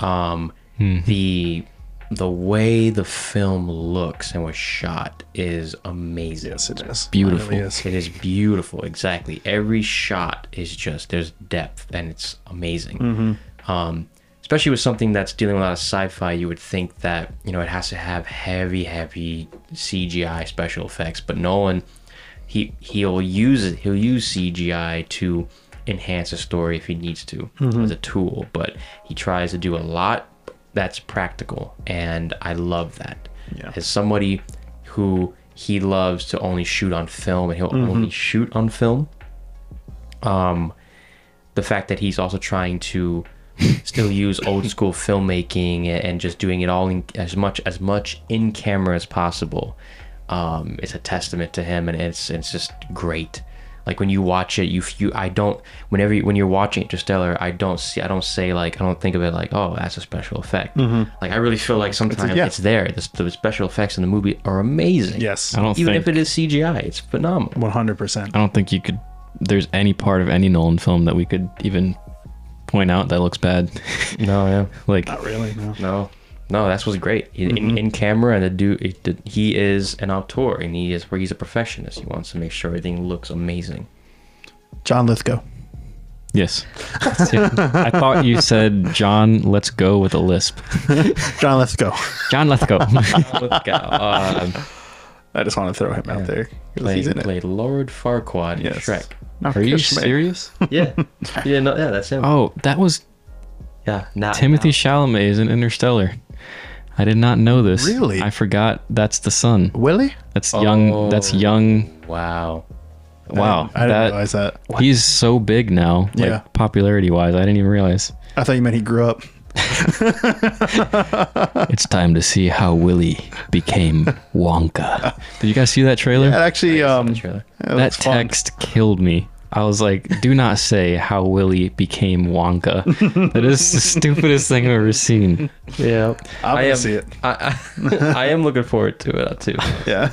Um, The the way the film looks and was shot is amazing.
Yes, it is.
Beautiful.
It really is.
It is beautiful, exactly. Every shot is just there's depth, and it's amazing. Um, especially with something that's dealing with a lot of sci-fi, you would think that you know it has to have heavy, heavy CGI special effects, but Nolan, he he'll use it. He'll use CGI to enhance a story if he needs to as a tool, but he tries to do a lot that's practical, and I love that.
Yeah.
As somebody who he loves to only shoot on film and he'll only shoot on film. Um, the fact that he's also trying to still use old school filmmaking a- and just doing it all in, as much as much in camera as possible um, is a testament to him, and it's it's just great. Like when you watch it, you f- you I don't whenever you, when you're watching Interstellar, I don't see I don't say like I don't think of it like oh that's a special effect. Like I really feel like sometimes it's,
yeah.
there. The, s- the special effects in the movie are amazing.
Yes.
I don't
even
think
if it is CGI, it's phenomenal.
100%.
I don't think you could. There's any part of any Nolan film that we could even point out that looks bad.
[laughs] No, yeah.
[laughs] like
Not really. No.
No, no, that's what's great in,
Mm-hmm.
in, in camera. And the dude, it, the, he is an auteur, and he is where he's a perfectionist. He wants to make sure everything looks amazing.
John Lithgow.
[laughs]
yes, I thought you said John. Let's go with a
[laughs]
lisp.
John Lithgow.
John Lithgow.
[laughs]
Look out! Um,
I just want to throw him out there. 'cause
play,
he's in it.
play Lord Farquaad in
Yes. [laughs]
Shrek.
Not
Are you
Kiss Me.
serious?
Yeah, yeah, no, yeah, that's him.
Oh, that was
yeah, nah,
Timothy
nah.
Chalamet is in Interstellar. I did not know this.
Really?
I forgot. That's the son.
Willie?
That's young. That's
Oh.
young.
Wow.
Wow.
I didn't
that
realize that.
he's so big now.
Yeah.
Like popularity wise, I didn't even
[laughs]
realize.
I thought you meant he grew up.
It's time to see how Willy became Wonka. Did you guys see that trailer?
That actually, um,
the trailer.
yeah,
that
was fun.
text killed me. I was like, do not say how Willy became
[laughs]
Wonka. that is the stupidest thing I've ever seen.
Yeah,
I'm
I
gonna
am-
see it.
[laughs] I, I, I am looking forward to it uh, too.
[laughs]
[laughs]
Yeah.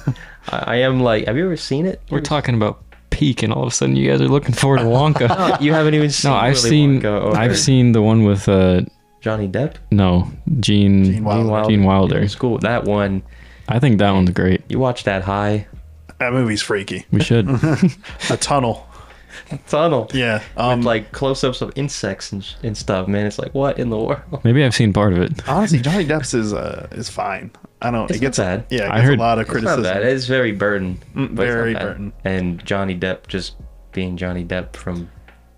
I, I am like, have you ever seen it?
We're talking about Peak, and all of a sudden you guys are looking forward to
[laughs]
Wonka.
Oh, You haven't even seen.
no, I've
Willy
seen
Wonka or
I've seen the one with uh
Johnny Depp.
no Gene Gene
Wilder.
Wilder.
It was cool. That one.
I think that one's great.
You watch that high
That movie's freaky.
We
[laughs]
should.
A tunnel.
tunnel.
Yeah.
With
Um,
like close-ups of insects and, sh- and stuff, man. [laughs] It's like what in the world?
Maybe I've seen part of it.
honestly, Johnny Depp's is uh, is fine. I don't.
It's
it gets
not bad.
Yeah, it
I
gets
heard-
a lot of
It's not
criticism.
bad. It's very Burton. but it's not
very
bad.
Burton.
And Johnny Depp just being Johnny Depp from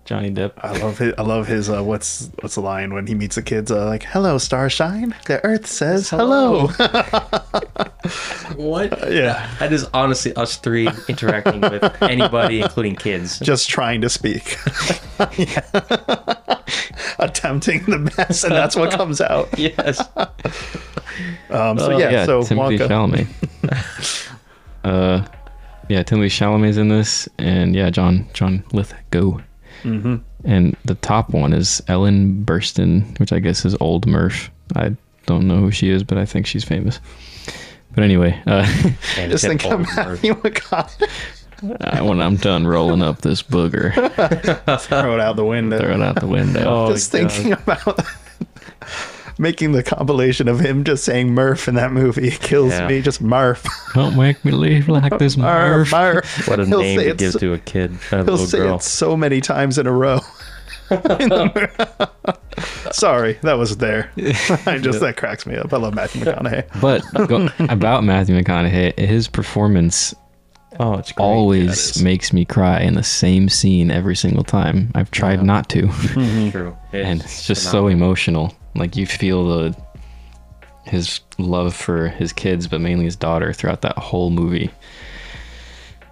Johnny Depp.
I love his, I love his uh, what's what's the line when he meets the kids uh, like hello starshine the earth says hello, [laughs]
[laughs] what?
yeah
That is honestly us three interacting with anybody, including kids.
just trying to speak Yeah. attempting the best and that's what comes out
[laughs] yes.
um,
Oh,
so yeah,
Yeah,
so
Timothy
Wonka
Chalamet.
[laughs]
uh, yeah, Timothy Chalamet's in this, and yeah, John John Lithgow.
Mm-hmm.
And the top one is Ellen Burstyn, which I guess is old Murph. I don't know who she is, but I think she's famous. But anyway, uh, [laughs]
And
just
Tim
think of
Oldham.
Matthew McConaughey
I- when I'm done rolling up this booger,
throw it out the window
throw it out the window.
[laughs]
Oh,
just
my God.
thinking about [laughs] making the compilation of him just saying Murph in that movie it kills
Yeah.
me just
[laughs]
Murph
Don't make me leave like this,
Murph
Murph.
Murph
What a
He'll
name
say
to
it
give
so-
to a kid, a
He'll
little
say
girl.
it so many times in a row. [laughs] In the
[laughs]
mo- Sorry, that was there. I just that cracks me up. I love Matthew McConaughey.
But go, about Matthew McConaughey, his performance
Oh, it's great.
always makes me cry in the same scene every single time. I've tried not to, [laughs]
[laughs]
true.
and it's just so emotional. Like you feel the his love for his kids, but mainly his daughter throughout that whole movie.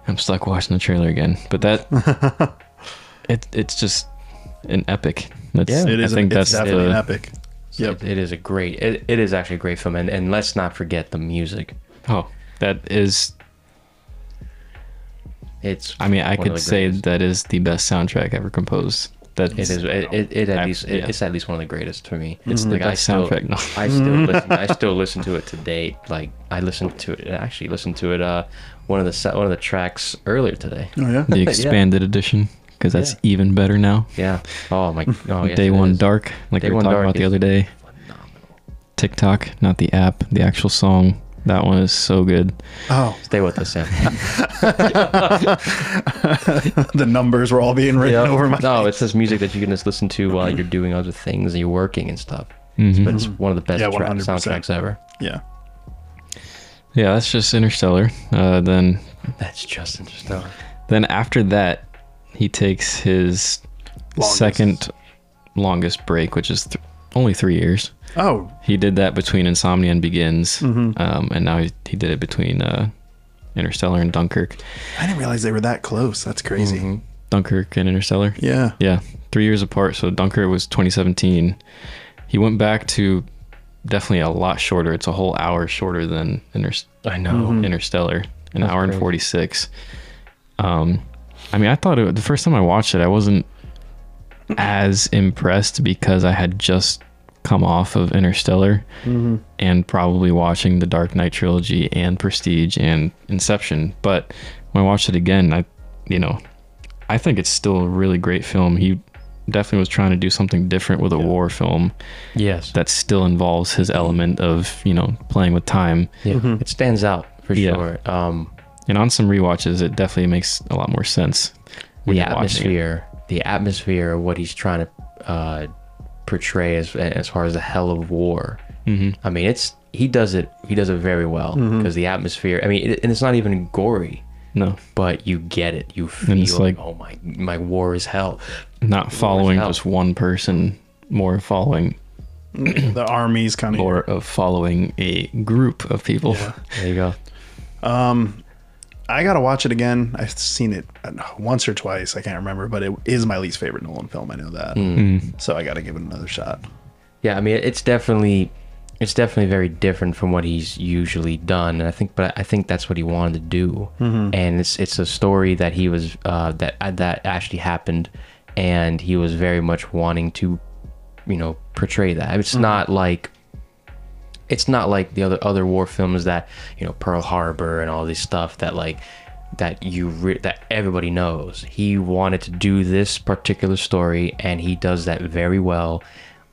I'm stuck watching the trailer again, but that
[laughs]
it it's just an epic. That's,
Yeah.
I think that's
definitely
the,
an epic. Yep.
It is a great. It, it is actually a great film, and, and let's not forget the music.
oh that is.
It's.
I mean, I
one of
could
the
say
greatest.
that is the best soundtrack ever composed. That
It is. It, it, it at
I-
least. It,
yeah. Mm-hmm.
It's at least one of the greatest for me. It's like
best
I still.
soundtrack, no.
I still
[laughs]
listen. I still listen to it to date. Like I listened to it. I actually listened to it. Uh, one of the se- one of the tracks earlier today.
Oh yeah.
[laughs]
the expanded edition because that's
Yeah.
even better now.
Yeah. Oh my. Oh yes,
Day
it
One
is.
Dark, like
Day
we were
One
talking
Dark
about the
is
other day. TikTok, not the app, the actual song. That one is so good.
Oh,
Stay with
[laughs]
us, Sam.
[laughs] the numbers were all being written over my.
no, it's this music that you can just listen to while you're doing other things and you're working and stuff.
Mm-hmm.
But it's one of the best
Yeah,
track,
100%.
soundtracks ever.
[laughs] Yeah.
Yeah, that's just Interstellar. Uh, then,
That's just interesting.
then after that, he takes his
Longest.
second longest break, which is th- only three years.
Oh,
He did that between Insomnia and Begins, um, and now he, he did it between uh, Interstellar and Dunkirk.
I didn't realize they were that close. That's crazy.
Mm-hmm. Dunkirk and Interstellar.
Yeah.
Yeah, three years apart. So Dunker was 2017. He went back to definitely a lot shorter. It's a whole hour shorter than Inter-
I know.
Interstellar, an hour and 46. Um, I mean, I thought it, the first time I watched it, I wasn't as impressed because I had just come off of Interstellar and probably watching the Dark Knight trilogy and Prestige and Inception. But when I watched it again, I, you know, I think it's still a really great film. He definitely was trying to do something different with a war film
Yes.
that still involves his element of, you know, playing with time.
yeah. It stands out for
Mm-hmm. Yeah.
sure. Um,
And on some rewatches, it definitely makes a lot more sense. when
the
you're watching it.
atmosphere, the atmosphere, of what he's trying to uh, portray as as far as the hell of war. Mm-hmm. I mean, it's he does it. He does it very well because
Mm-hmm.
the atmosphere. I mean, it, and it's not even gory,
No,
but you get it. You feel
And it's like-
oh my, my war is hell.
not following
out.
just one person, more following
The armies kind of.
or of following a group of people.
There you go.
I gotta watch it again. I've seen it I don't know, once or twice. I can't remember, but it is my least favorite Nolan film. I know that.
Mm.
So I gotta give it another shot.
Yeah, I mean, it's definitely it's definitely very different from what he's usually done, and I think, but I think that's what he wanted to do, and it's it's a story that he was uh, that that actually happened, and he was very much wanting to, you know, portray that. It's not like it's not like the other other war films that you know Pearl Harbor and all this stuff that like that you re- that everybody knows. He wanted to do this particular story, and he does that very well.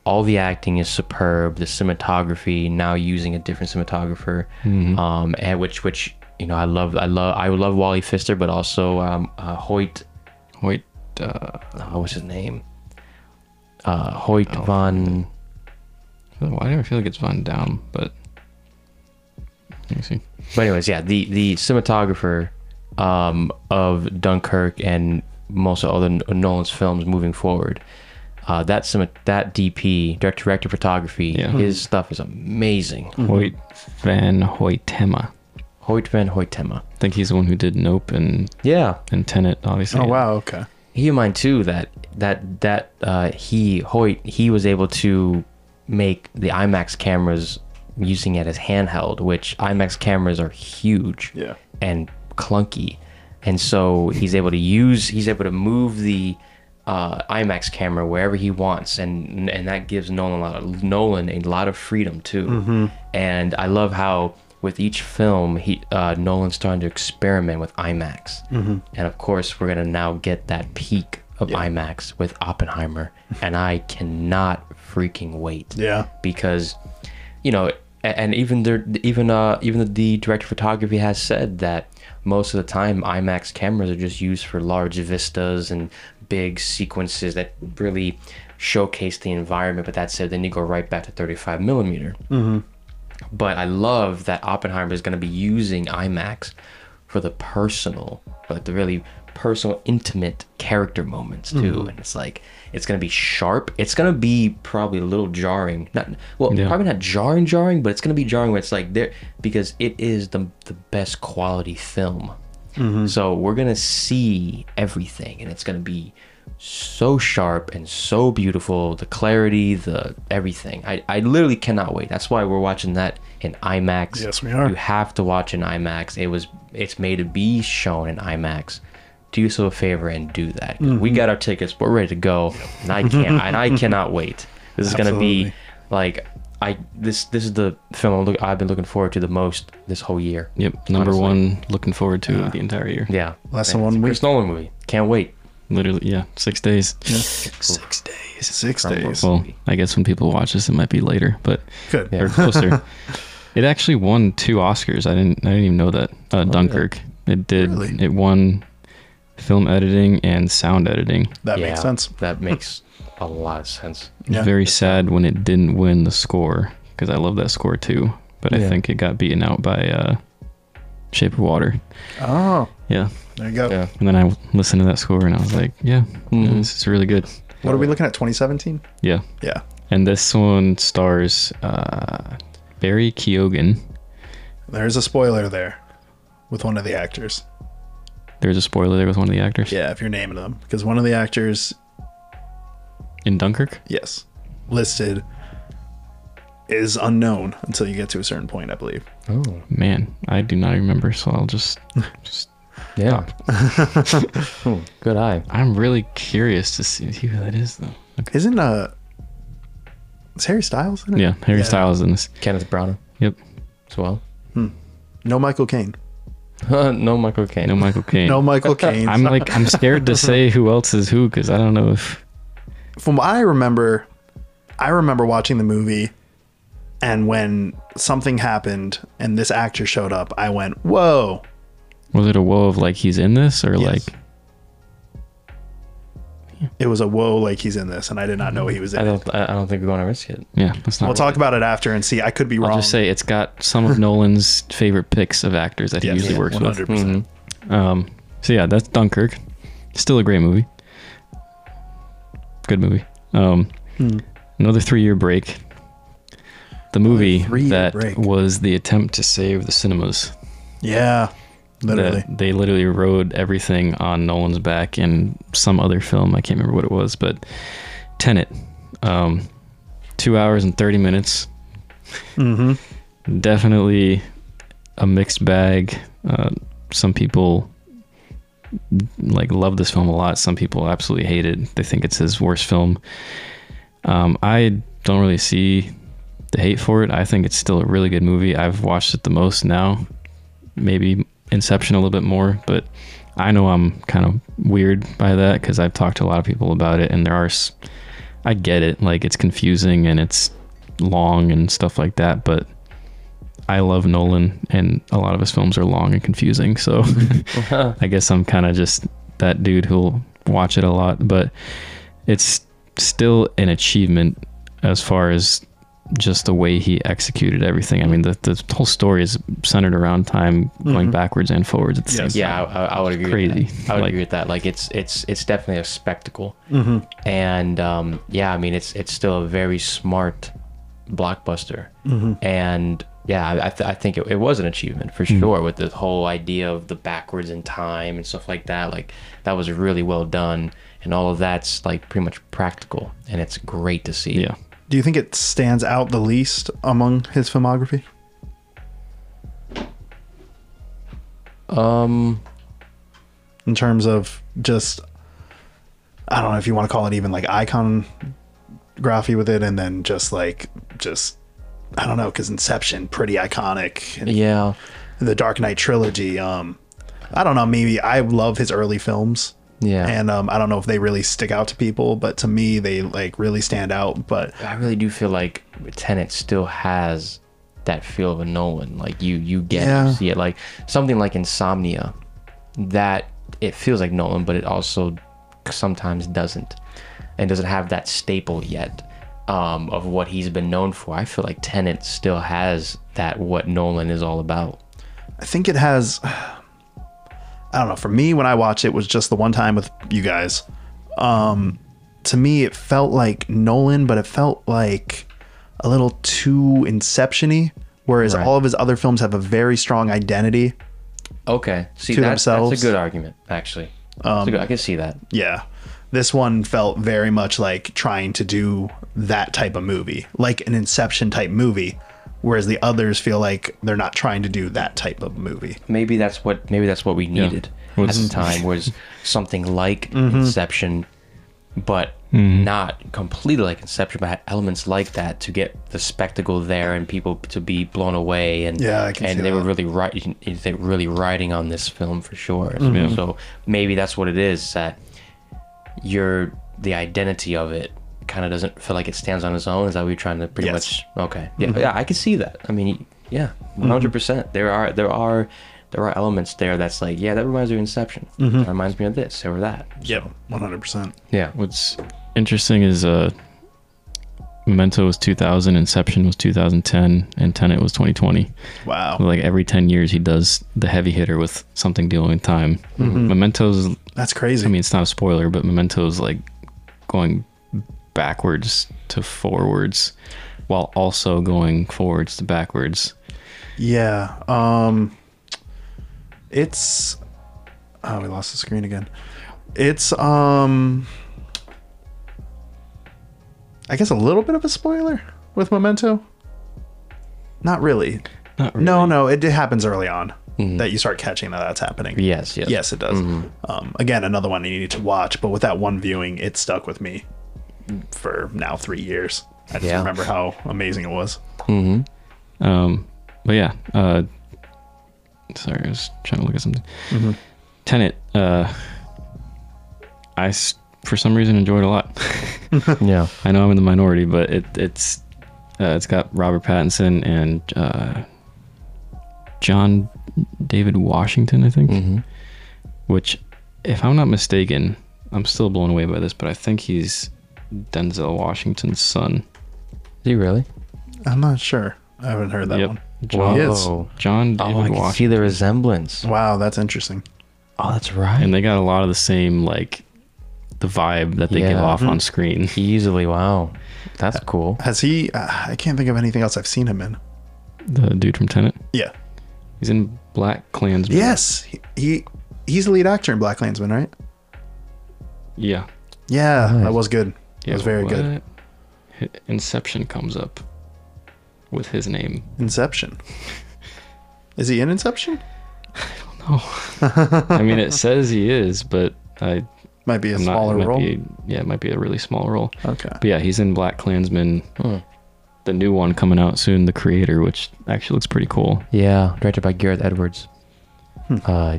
All the acting is superb. The cinematography now using a different cinematographer, um, and which which you know I love I love I love Wally Pfister, but also um, uh, Hoyt.
[laughs] Wait, uh,
Uh, what's his name? Uh, Hoyt von.
why do I feel like it's Von Down? But let me see.
But anyways, yeah, the the cinematographer um, of Dunkirk and most of other N- Nolan's films moving forward, uh, that cine- that DP director director of photography,
Yeah. Mm-hmm.
his stuff is amazing.
Hoyt Van Hoytema.
Hoyt van Hoytema.
I think he's the one who did Nope and
Yeah,
and Tenet, obviously.
Oh wow. Okay.
he of mine too that that that uh, he Hoyt he was able to make the IMAX cameras using it as handheld, which IMAX cameras are huge
Yeah.
and clunky, and so he's able to use he's able to move the uh, IMAX camera wherever he wants, and and that gives Nolan a lot of Nolan a lot of freedom too, and I love how. With each film, he uh, Nolan's starting to experiment with IMAX, and of course, we're gonna now get that peak of IMAX with Oppenheimer, and I cannot freaking wait
Yeah.
because you know a- and even there even uh even the director of photography has said that most of the time IMAX cameras are just used for large vistas and big sequences that really showcase the environment but that said then you go right back to 35 millimeter but I love that Oppenheimer is going to be using IMAX for the personal, like the really personal, intimate character moments too. And it's like it's going to be sharp. It's going to be probably a little jarring. Not well,
Yeah.
probably not jarring, jarring, but it's going to be jarring. Where it's like there because it is the the best quality film. So we're gonna see everything, and it's gonna be so sharp and so beautiful. The clarity, the everything. I, I literally cannot wait. That's why we're watching that in IMAX.
Yes, we are.
You have to watch in IMAX. It was it's made to be shown in IMAX. Do yourself a favor and do that. 'Cause
Mm-hmm.
We got our tickets. We're ready to go, and I
[laughs]
can't. and I cannot wait. This is gonna
Absolutely.
be like I this this is the film I'm look, I've been looking forward to the most this whole year.
Yep, number
Honestly.
one. Looking forward to the entire year.
Yeah.
Less than one week.
Chris Nolan movie. Can't wait.
Literally, yeah, six days. Six days.
Six
Crumble.
days.
Well, I guess when people watch this, it might be later, but
Good.
Yeah.
or closer. it actually won two Oscars. I didn't. I didn't even know that. Uh, Dunkirk. It did.
Really?
It won film editing and sound editing.
That
yeah,
makes sense.
That makes a lot of sense.
It's
Yeah.
very sad when it didn't win the score because I love that score too. But I
Yeah.
think it got beaten out by uh, Shape of Water.
Oh,
Yeah.
there you go.
Yeah.
And then I listened to that score and I was like, yeah,
Mm-hmm.
yeah, this is really good.
What are we looking at? 2017.
Yeah.
Yeah.
And this one stars uh, Barry Keoghan.
There's a spoiler there with one of the actors.
There's a spoiler there with one of the actors.
Yeah, if you're naming them, because one of the actors,
In Dunkirk?
yes, listed is unknown until you get to a certain point, I believe.
Oh,
Man, I do not remember, so I'll just, just
yeah. [laughs] Hmm, Good eye.
I'm really curious to see who that is
[laughs]
though. Okay.
Isn't uh, is Harry Styles in it?
Yeah, Harry
Yeah.
Styles in this.
Kenneth Branagh
Yep.
as well. [laughs]
No Michael Caine.
no Michael Caine.
No
[laughs]
Michael Caine.
No Michael
[laughs]
Caine.
I'm like I'm scared to say who else is who because I don't know if
from what I remember, I remember watching the movie, and when something happened and this actor showed up, I went, "Whoa!"
was it a whoa of like he's in this or
Yes.
like
It was a whoa, like he's in this, and I did not know he was
I
in. it.
don't. I I don't think we're going to risk it.
yeah that's not.
We'll
right.
talk about it after and see. I could be
I'll
wrong.
just say it's got some
[laughs]
of Nolan's favorite picks of actors that he
Yes,
usually works with.
100%.
Um, so yeah, that's Dunkirk. Still a great movie. Good movie. Um,
Hmm.
Another three-year break. The movie
three-year
that
break.
was the attempt to save the cinemas.
Yeah, literally.
that they literally rode everything on Nolan's back in some other film. I can't remember what it was, but Tenet, um, two hours and thirty minutes. Definitely a mixed bag. Uh, some people like love this film a lot. Some people absolutely hate it. They think it's his worst film. Um, I don't really see the hate for it. I think it's still a really good movie. I've watched it the most now, maybe Inception a little bit more, but I know I'm kind of weird by that because I've talked to a lot of people about it, and there are. s- I get it, like it's confusing and it's long and stuff like that, but I love Nolan, and a lot of his films are long and confusing. So [laughs] I guess I'm kind of just that dude who'll watch it a lot, but it's still an achievement as far as just the way he executed everything. I mean, the, the whole story is centered around time going backwards and forwards at the same
Yes.
time.
Yeah, I, I, I would agree. With
crazy.
that. I
Like-
would
Mm-hmm.
agree with that. Like it's it's it's definitely a spectacle. And um, yeah, I mean it's it's still a very smart blockbuster.
Mm-hmm.
And yeah, I I, th- I think it, it was an achievement
Mm-hmm.
for sure with the whole idea of the backwards in time and stuff like that. Like that was really well done, and all of that's like pretty much practical, and it's great to see.
Yeah.
Do you think it stands out the least among his filmography?
Um.
in terms of just I don't know if you want to call it even like icon graphy with it and then just like just I don't know because Inception pretty iconic and
Yeah.
the Dark Knight trilogy um I don't know maybe I love his early films
Yeah.
and um I don't know if they really stick out to people but to me they like really stand out but
I really do feel like Tenet still has that feel of a Nolan. Like you, you get, it,
Yeah.
you see it. Like something like Insomnia, that it feels like Nolan, but it also sometimes doesn't, and doesn't have that staple yet um, of what he's been known for. I feel like Tenet still has that what Nolan is all about.
I think it has. [sighs] I don't know. For me, when I watched it, was just the one time with you guys. Um, to me, it felt like Nolan, but it felt like a little too Inception-y. Whereas
Right.
all of his other films have a very strong identity.
Okay, see
To
that,
themselves. Um,
that's a good argument actually. That's a good- I can see that.
Yeah, this one felt very much like trying to do that type of movie, like an Inception type movie. Whereas the others feel like they're not trying to do that type of movie.
maybe that's what maybe that's what we needed at the
Was-
time was something like Inception, but not completely like Inception, but had elements like that to get the spectacle there and people to be blown away. And
Yeah, I can
and
see
they were
that.
really ri- they were really riding on this film for sure. So maybe that's what it is that your the identity of it kind of doesn't feel like it stands on its own. Is that we are trying to pretty
Yes.
much? Okay, yeah, yeah, I can see that. I mean, yeah, one hundred percent. There are there are there are elements there that's like, yeah, that reminds me of Inception. That reminds me of this or that.
Yep, one hundred percent.
Mm-hmm. Yeah,
What's interesting is uh, Memento was 2000, Inception was 2010, and Tenet was 2020.
Wow.
Like every 10 years, he does the heavy hitter with something dealing with time. Memento's,
That's crazy.
I mean, it's not a spoiler, but Memento's like going backwards to forwards while also going forwards to backwards.
Yeah. Um it's Oh, we lost the screen again. It's um I guess a little bit of a spoiler with Memento. Not really.
Not
No, no, it, it happens early on that you start catching that that's happening.
Yes, yes.
Yes, it does. Um, again, another one you need to watch, but with that one viewing, it stuck with me for now three years. I just
Yeah.
remember how amazing it was.
Um, but yeah, uh, sorry, I was trying to look at something. Tenet, uh, I s- for some reason enjoyed a lot. [laughs]
[laughs] yeah,
I know I'm in the minority, but it it's uh, it's got Robert Pattinson and uh, John David Washington, I think.
Mm-hmm.
Which, if I'm not mistaken, I'm still blown away by this, but I think he's Denzel Washington's son.
Do you really?
I'm not sure. I haven't heard that
yep,
one.
John,
He is.
Oh,
John David
oh, I can
Washington.
see the resemblance.
Wow, that's interesting.
Oh, that's right.
and they got a lot of the same like the vibe that they give
Yeah. Mm-hmm.
off on screen. [laughs]
Easily, wow, that's cool.
Has he? Uh, I can't think of anything else I've seen him in.
The dude from Tenet,
Yeah.
he's in Black Klansman.
Yes. He, he he's the lead actor in Black Klansman, right?
yeah,
Yeah, that
Nice.
was good. That was very good.
good. Inception comes up with his
[laughs]
name.
Inception. Is he in Inception?
I mean, it says he is, but I
Might be a
I'm not.
smaller
it might
role. Uh.
Be, yeah, it might be a really small role.
okay. Hmm.
But yeah, he's in Black Klansman. the new one coming out soon, The Creator, which actually looks pretty cool.
Yeah, directed by Gareth Edwards.
Hmm.
Uh,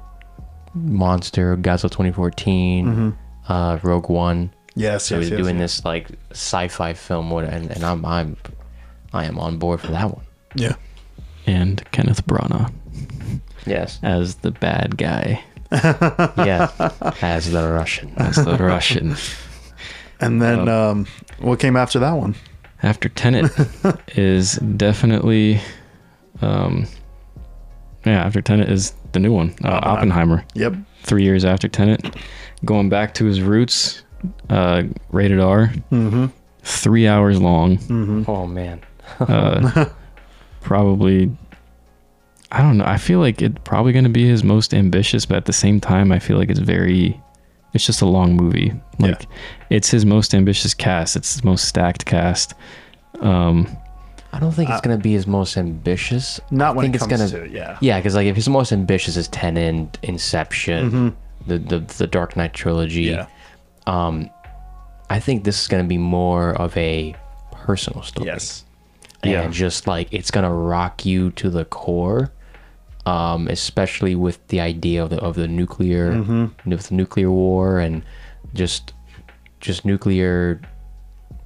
Monster, Godzilla 2014, uh, Rogue One.
Mm-hmm. Yes,
So
yes,
he's
yes.
doing this like sci-fi film, what- and, and I'm I'm I am on board for that one.
Yeah.
And Kenneth Branagh
Yes.
as the bad guy,
[laughs] Yeah. As the Russian.
as
[laughs]
the Russian.
And then um, what came after that one?
After
[laughs]
Tenet is definitely, um, yeah. After Tenet is the new one, uh, Oppenheimer.
Yep.
Three years after Tenet, going back to his roots, uh, rated R. Mm-hmm. Three hours long.
Mm-hmm.
Oh man.
probably I don't know. I feel like it's probably going to be his most ambitious, but at the same time, I feel like it's very it's just a long movie. Like it's his most ambitious cast. It's his most stacked cast. Um
I don't think it's gonna be his most ambitious.
Uh, Not
I
when
think
it
it's
comes
gonna,
to yeah.
Yeah, because like if his most ambitious is Tenet, Inception, the, the the Dark Knight trilogy,
Mm-hmm. Yeah.
I think this is gonna be more of a personal story.
Yes.
and
Yeah.
just like it's gonna rock you to the core um especially with the idea of the of the nuclear of the nuclear war and just just nuclear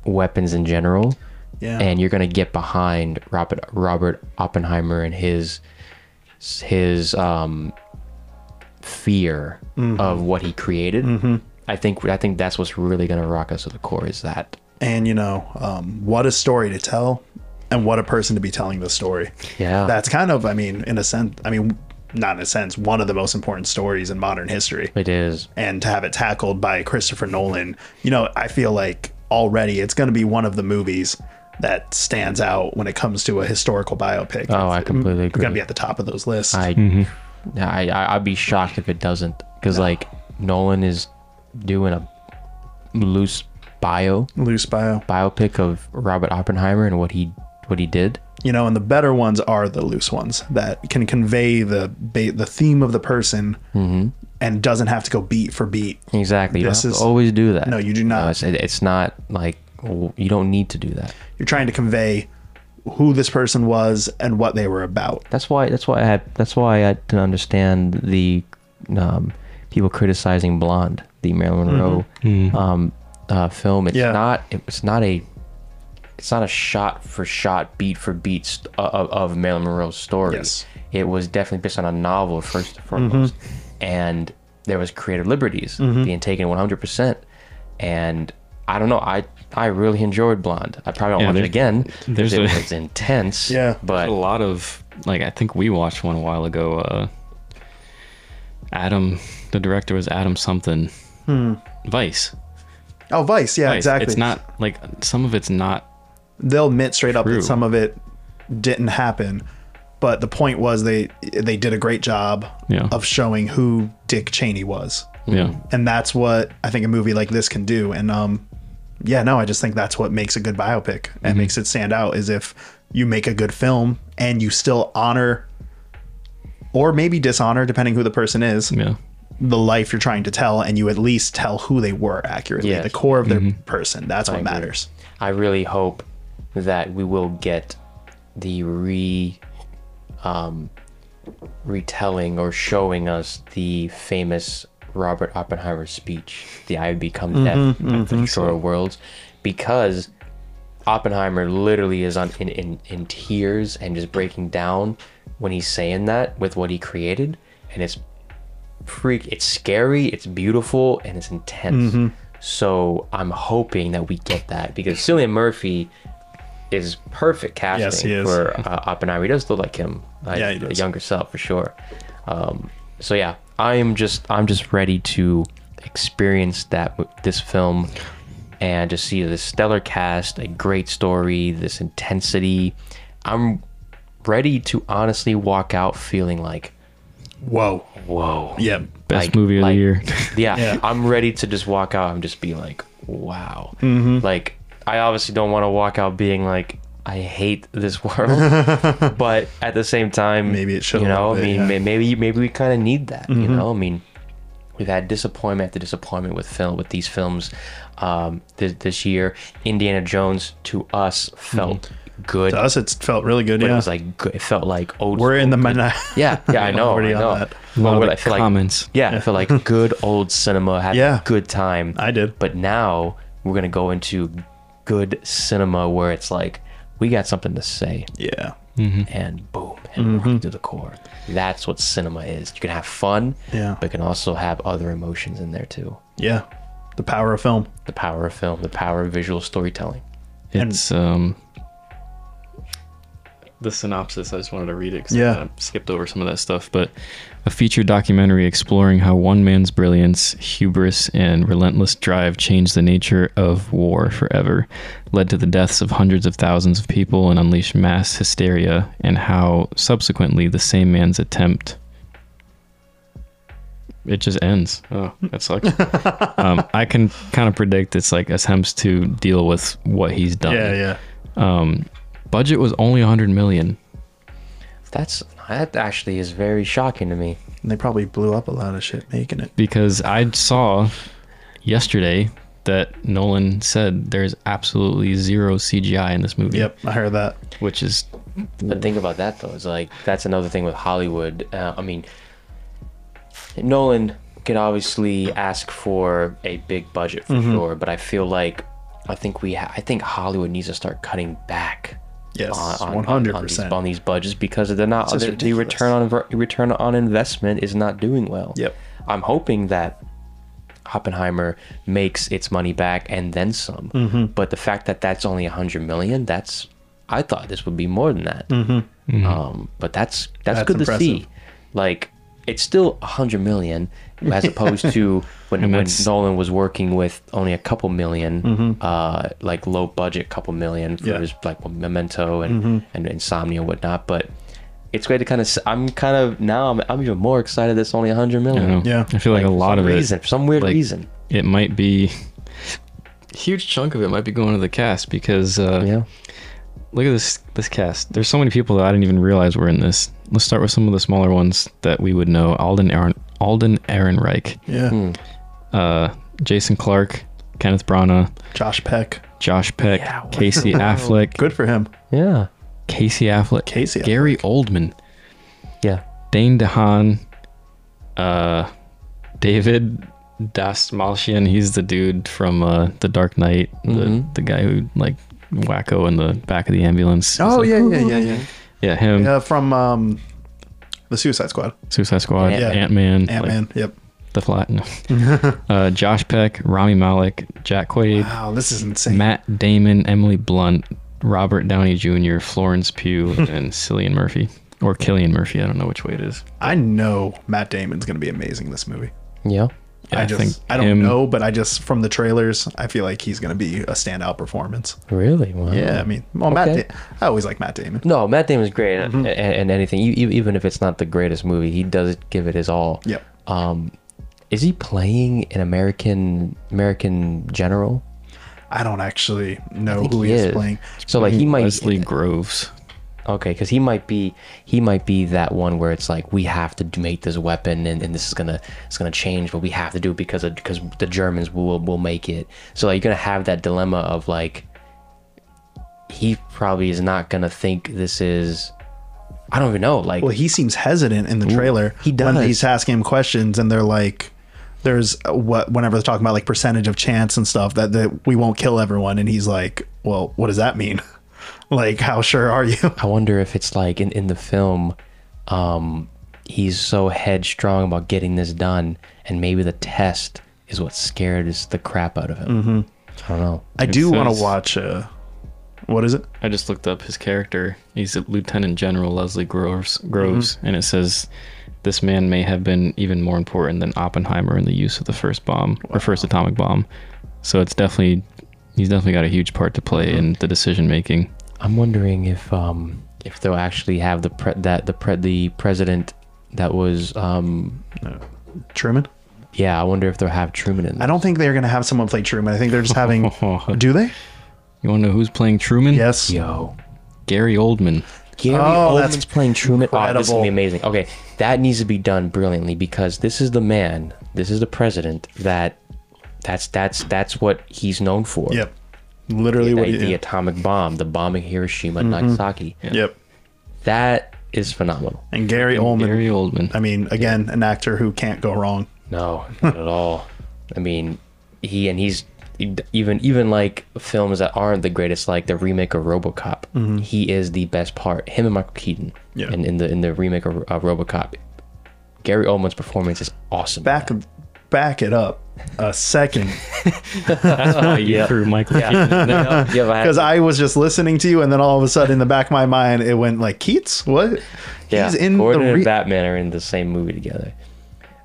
weapons in general
Yeah.
and you're gonna get behind robert robert oppenheimer and his his um fear of what he created i think i think that's what's really gonna rock us to the core is that
and you know um, what a story to tell and what a person to be telling the story
yeah
that's kind of i mean in a sense i mean not in a sense one of the most important stories in modern history
it is
and to have it tackled by christopher nolan you know i feel like already it's going to be one of the movies that stands out when it comes to a historical biopic
oh i completely
it's
agree
going to be at the top of those lists
I, yeah, I, I I'd be shocked if it doesn't, because like Nolan is doing a loose bio
loose bio
biopic of Robert Oppenheimer and what he what he did.
you know and the better ones are the loose ones that can convey the ba- the theme of the person
Mm-hmm.
and doesn't have to go beat for beat
Exactly. You
This
don't have
is-
to always do that.
No, you do not.
it's, it- it's not like w- you don't need to do that.
you're trying to convey who this person was and what they were about.
That's why. That's why I had. That's why I didn't understand the um, people criticizing Blonde, the Marilyn
Mm-hmm.
Monroe um, uh, film. It's
Yeah.
not. It's not a. It's not a shot for shot, beat for beat st- of, of Marilyn Monroe's story.
Yes.
It was definitely based on a novel first and
Mm-hmm.
foremost, and there was creative liberties being taken 100. percent And I don't know. I I really enjoyed Blonde. I probably won't
Yeah,
watch it
there-
again. 'cause
there's
it
a- [laughs]
was intense.
Yeah.
but
a lot of like I think we watched one a while ago uh Adam the director was Adam something. Vice.
Oh, Vice, yeah,
Vice.
exactly.
It's not like some of it's not
They'll admit straight up
True.
that some of it didn't happen, but the point was they they did a great job
Yeah.
of showing who Dick Cheney was,
yeah.
and that's what I think a movie like this can do. And um, yeah, no, I just think that's what makes a good biopic and
Mm-hmm.
makes it stand out is if you make a good film and you still honor or maybe dishonor, depending who the person is,
Yeah.
the life you're trying to tell and you at least tell who they were accurately
Yes. Mm-hmm.
the core of their person that's what
agree.
matters
I really hope that we will get the re um, retelling or showing us the famous Robert Oppenheimer speech, the I become
Mm-hmm,
death at the Shore of Worlds, because Oppenheimer literally is on in, in, in tears and just breaking down when he's saying that with what he created. And it's freak it's scary, it's beautiful, and it's intense.
Mm-hmm.
So I'm hoping that we get that because Cillian Murphy is perfect casting
Yes, he is.
for uh, Oppenheimer. He does look like him, like,
Yeah, he does.
a younger self for sure. Um, so yeah, I am just I'm just ready to experience that with this film and to see this stellar cast, a great story, this intensity. I'm ready to honestly walk out feeling like
whoa
whoa
yeah
Best
Like-
movie of
like-
the year.
[laughs] yeah,
Yeah.
I'm ready to just walk out and just be like, wow.
Mm-hmm.
Like, I obviously don't want to walk out being like, I hate
[laughs]
this [laughs] world, but at the same time,
Maybe it should
You
a
know,
little
I
bit,
mean,
yeah. Mm-hmm.
may- maybe maybe we kind of need that. You know, I mean, we've had disappointment after disappointment with film with these films um, this, this year. Indiana Jones to us felt good.
To us, it felt really good.
but
Mm-hmm. yeah,
it was like good. it felt like old.
we're in the
school good.
mana. [laughs]
Yeah, [laughs] yeah, I know.
already
I
on
know. Oh,
that.
A lot
But
of
what
the
I feel like-
comments.
yeah, I
[laughs]
feel like good old cinema had
Yeah.
a good time.
I did.
But now we're gonna go into good cinema where it's like we got something to say,
yeah,
Mm-hmm.
and boom, and
Mm-hmm.
rock to the core. That's what cinema is. You can have fun,
Yeah.
but you can also have other emotions in there too.
yeah. The power of film.
The power of film, the power of visual storytelling.
And-
It's um the synopsis. I just wanted to read it because
Yeah.
I kinda skipped over some of that stuff. But a feature documentary exploring how one man's brilliance, hubris, and relentless drive changed the nature of war forever, led to the deaths of hundreds of thousands of people, and unleashed mass hysteria, and how subsequently the same man's attempt. It just ends. Oh, that sucks. [laughs] um, I can kind of predict it's like attempts to deal with what he's done
Yeah, yeah.
budget was only 100 million
That's that actually is very shocking to me.
And they probably blew up a lot of shit making it.
because I saw yesterday that Nolan said there's absolutely zero CGI in this movie.
Yep, I heard that.
Which is
But think about that though. It's like that's another thing with Hollywood. Uh, I mean, Nolan could obviously ask for a big budget for
Mm-hmm.
sure, but I feel like I think we ha- I think Hollywood needs to start cutting back.
Yes,
on- on-
one hundred
on these-
percent.
on these budgets because they're not
This is
the- the
ridiculous.
return on inver- return on investment is not doing well.
Yep.
I'm hoping that Oppenheimer makes its money back and then some.
Mm-hmm.
But the fact that that's only 100 million, that's I thought this would be more than that. Um, but that's that's,
Mm-hmm. That's
good
impressive.
to see. Like it's still 100 million as
[laughs]
opposed to when, when
that's-
Nolan was working with only a couple 1000000 uh, like low budget couple million for
Mm-hmm. Yeah.
his like Memento and,
Mm-hmm.
and Insomnia and whatnot. But it's great to kind of. I'm kind of now. I'm, I'm even more excited. That's only 100
I
million.
don't know.
Yeah.
I feel like,
Like,
a lot
for
of
some reason,
it
for some weird
like,
reason.
It might be huge chunk of it might be going to the cast because uh,
Yeah.
look at this this cast. There's so many people that I didn't even realize were in this. Let's start with some of the smaller ones that we would know. Alden Aaron Alden Ehrenreich,
yeah,
uh, Jason Clark, Kenneth Branagh,
Josh Peck.
Josh Peck,
Yeah, wow.
Casey Affleck,
Good for him.
Yeah.
Casey Affleck,
Casey
Gary Oldman,
Yeah.
Dane DeHaan, uh, David Dastmalchian. He's the dude from uh, The Dark Knight, the, the guy who like wacko in the back of the ambulance.
Oh
He's
yeah,
like-
yeah, yeah, yeah.
yeah, him.
Yeah, from um, the Suicide Squad.
Suicide Squad,
Yeah.
Ant Man,
Ant Man. yep.
the Flat,
[laughs]
no. uh, Josh Peck, Rami Malek, Jack Quaid,
Wow, this is insane.
Matt Damon, Emily Blunt, Robert Downey Jr., Florence
[laughs]
Pugh, and Cillian Murphy. Or Killian Murphy, I don't know which way it is.
I know Matt Damon's gonna be amazing in this movie.
Yeah.
Yeah,
I, just, I don't
him-
know, but I just from the trailers, I feel like he's gonna be a standout performance.
Really? Wow.
Yeah, I mean, well,
Okay.
Matt, da- I always like Matt Damon.
No, Matt Damon's great
Mm-hmm.
and in, anything. You, you- even if it's not the greatest movie, he does give it his all.
Yep.
Um, is he playing an American American general?
I don't actually know
think
who he, is, playing.
So like he might
Leslie Groves.
Okay, because he might be he might be that one where it's like we have to d- make this weapon, and, and this is gonna it's gonna change, but we have to do it because of, because the Germans will will make it. So like, you're gonna have that dilemma of like he probably is not gonna think this is I don't even know like
Well, he seems hesitant in the trailer.
he
When
does.
he's asking him questions, and they're like, "There's uh, what?" Whenever they're talking about like percentage of chance and stuff that that we won't kill everyone, and he's like, "Well, what does that mean? [laughs] like, how sure are you?"
I wonder if it's like in, in the film, um, he's so headstrong about getting this done, and maybe the test is what scared is the crap out of him. I don't know.
I do want
says-
to watch. Uh, what is it?
I just looked up his character. He's a Lieutenant General Leslie Groves, Groves
Mm-hmm.
and it says this man may have been even more important than Oppenheimer in the use of the first bomb or first atomic bomb. So it's definitely he's definitely got a huge part to play in
Mm-hmm.
the decision
[laughs]
making.
I'm wondering if um if they'll actually have the pre- that the pre- the president that was um
Truman?
yeah I wonder if they'll have Truman in
I
there.
don't think they're gonna have someone play Truman. I think they're
[laughs]
just having.
Oh,
do they?
You want to know who's playing Truman?
Yes.
Yo,
Gary Oldman.
Gary
Oh, that's
Oldman's playing Truman. Oh, this is
incredible.
gonna be amazing. Okay, that needs to be done brilliantly because this is the man, this is the president that that's that's that's what he's known for.
Yep. Literally
the,
what he
the
yeah. Mm-hmm.
atomic bomb, the bombing Hiroshima and Nagasaki.
Yep.
That is phenomenal.
And Gary Oldman.
Gary Oldman.
[laughs]
I mean, again, an actor who can't go wrong.
No, not at all. I mean, he and he's even even like films that aren't the greatest, like the remake of RoboCop. He is the best part. Him and Michael Keaton.
Mm-hmm. Yeah.
And in the in the remake of uh, RoboCop, Gary Oldman's performance is awesome.
Back back it up a second
That's why you
Oh, Yeah.
threw Michael
Yeah.
Keaton in there.
Yeah, but I-
because I was just listening to you, and then all of a sudden, in the back of my mind, it went like Keats. What?
yeah,
He's in
Gordon
the
and
re-
Batman are in the same movie together.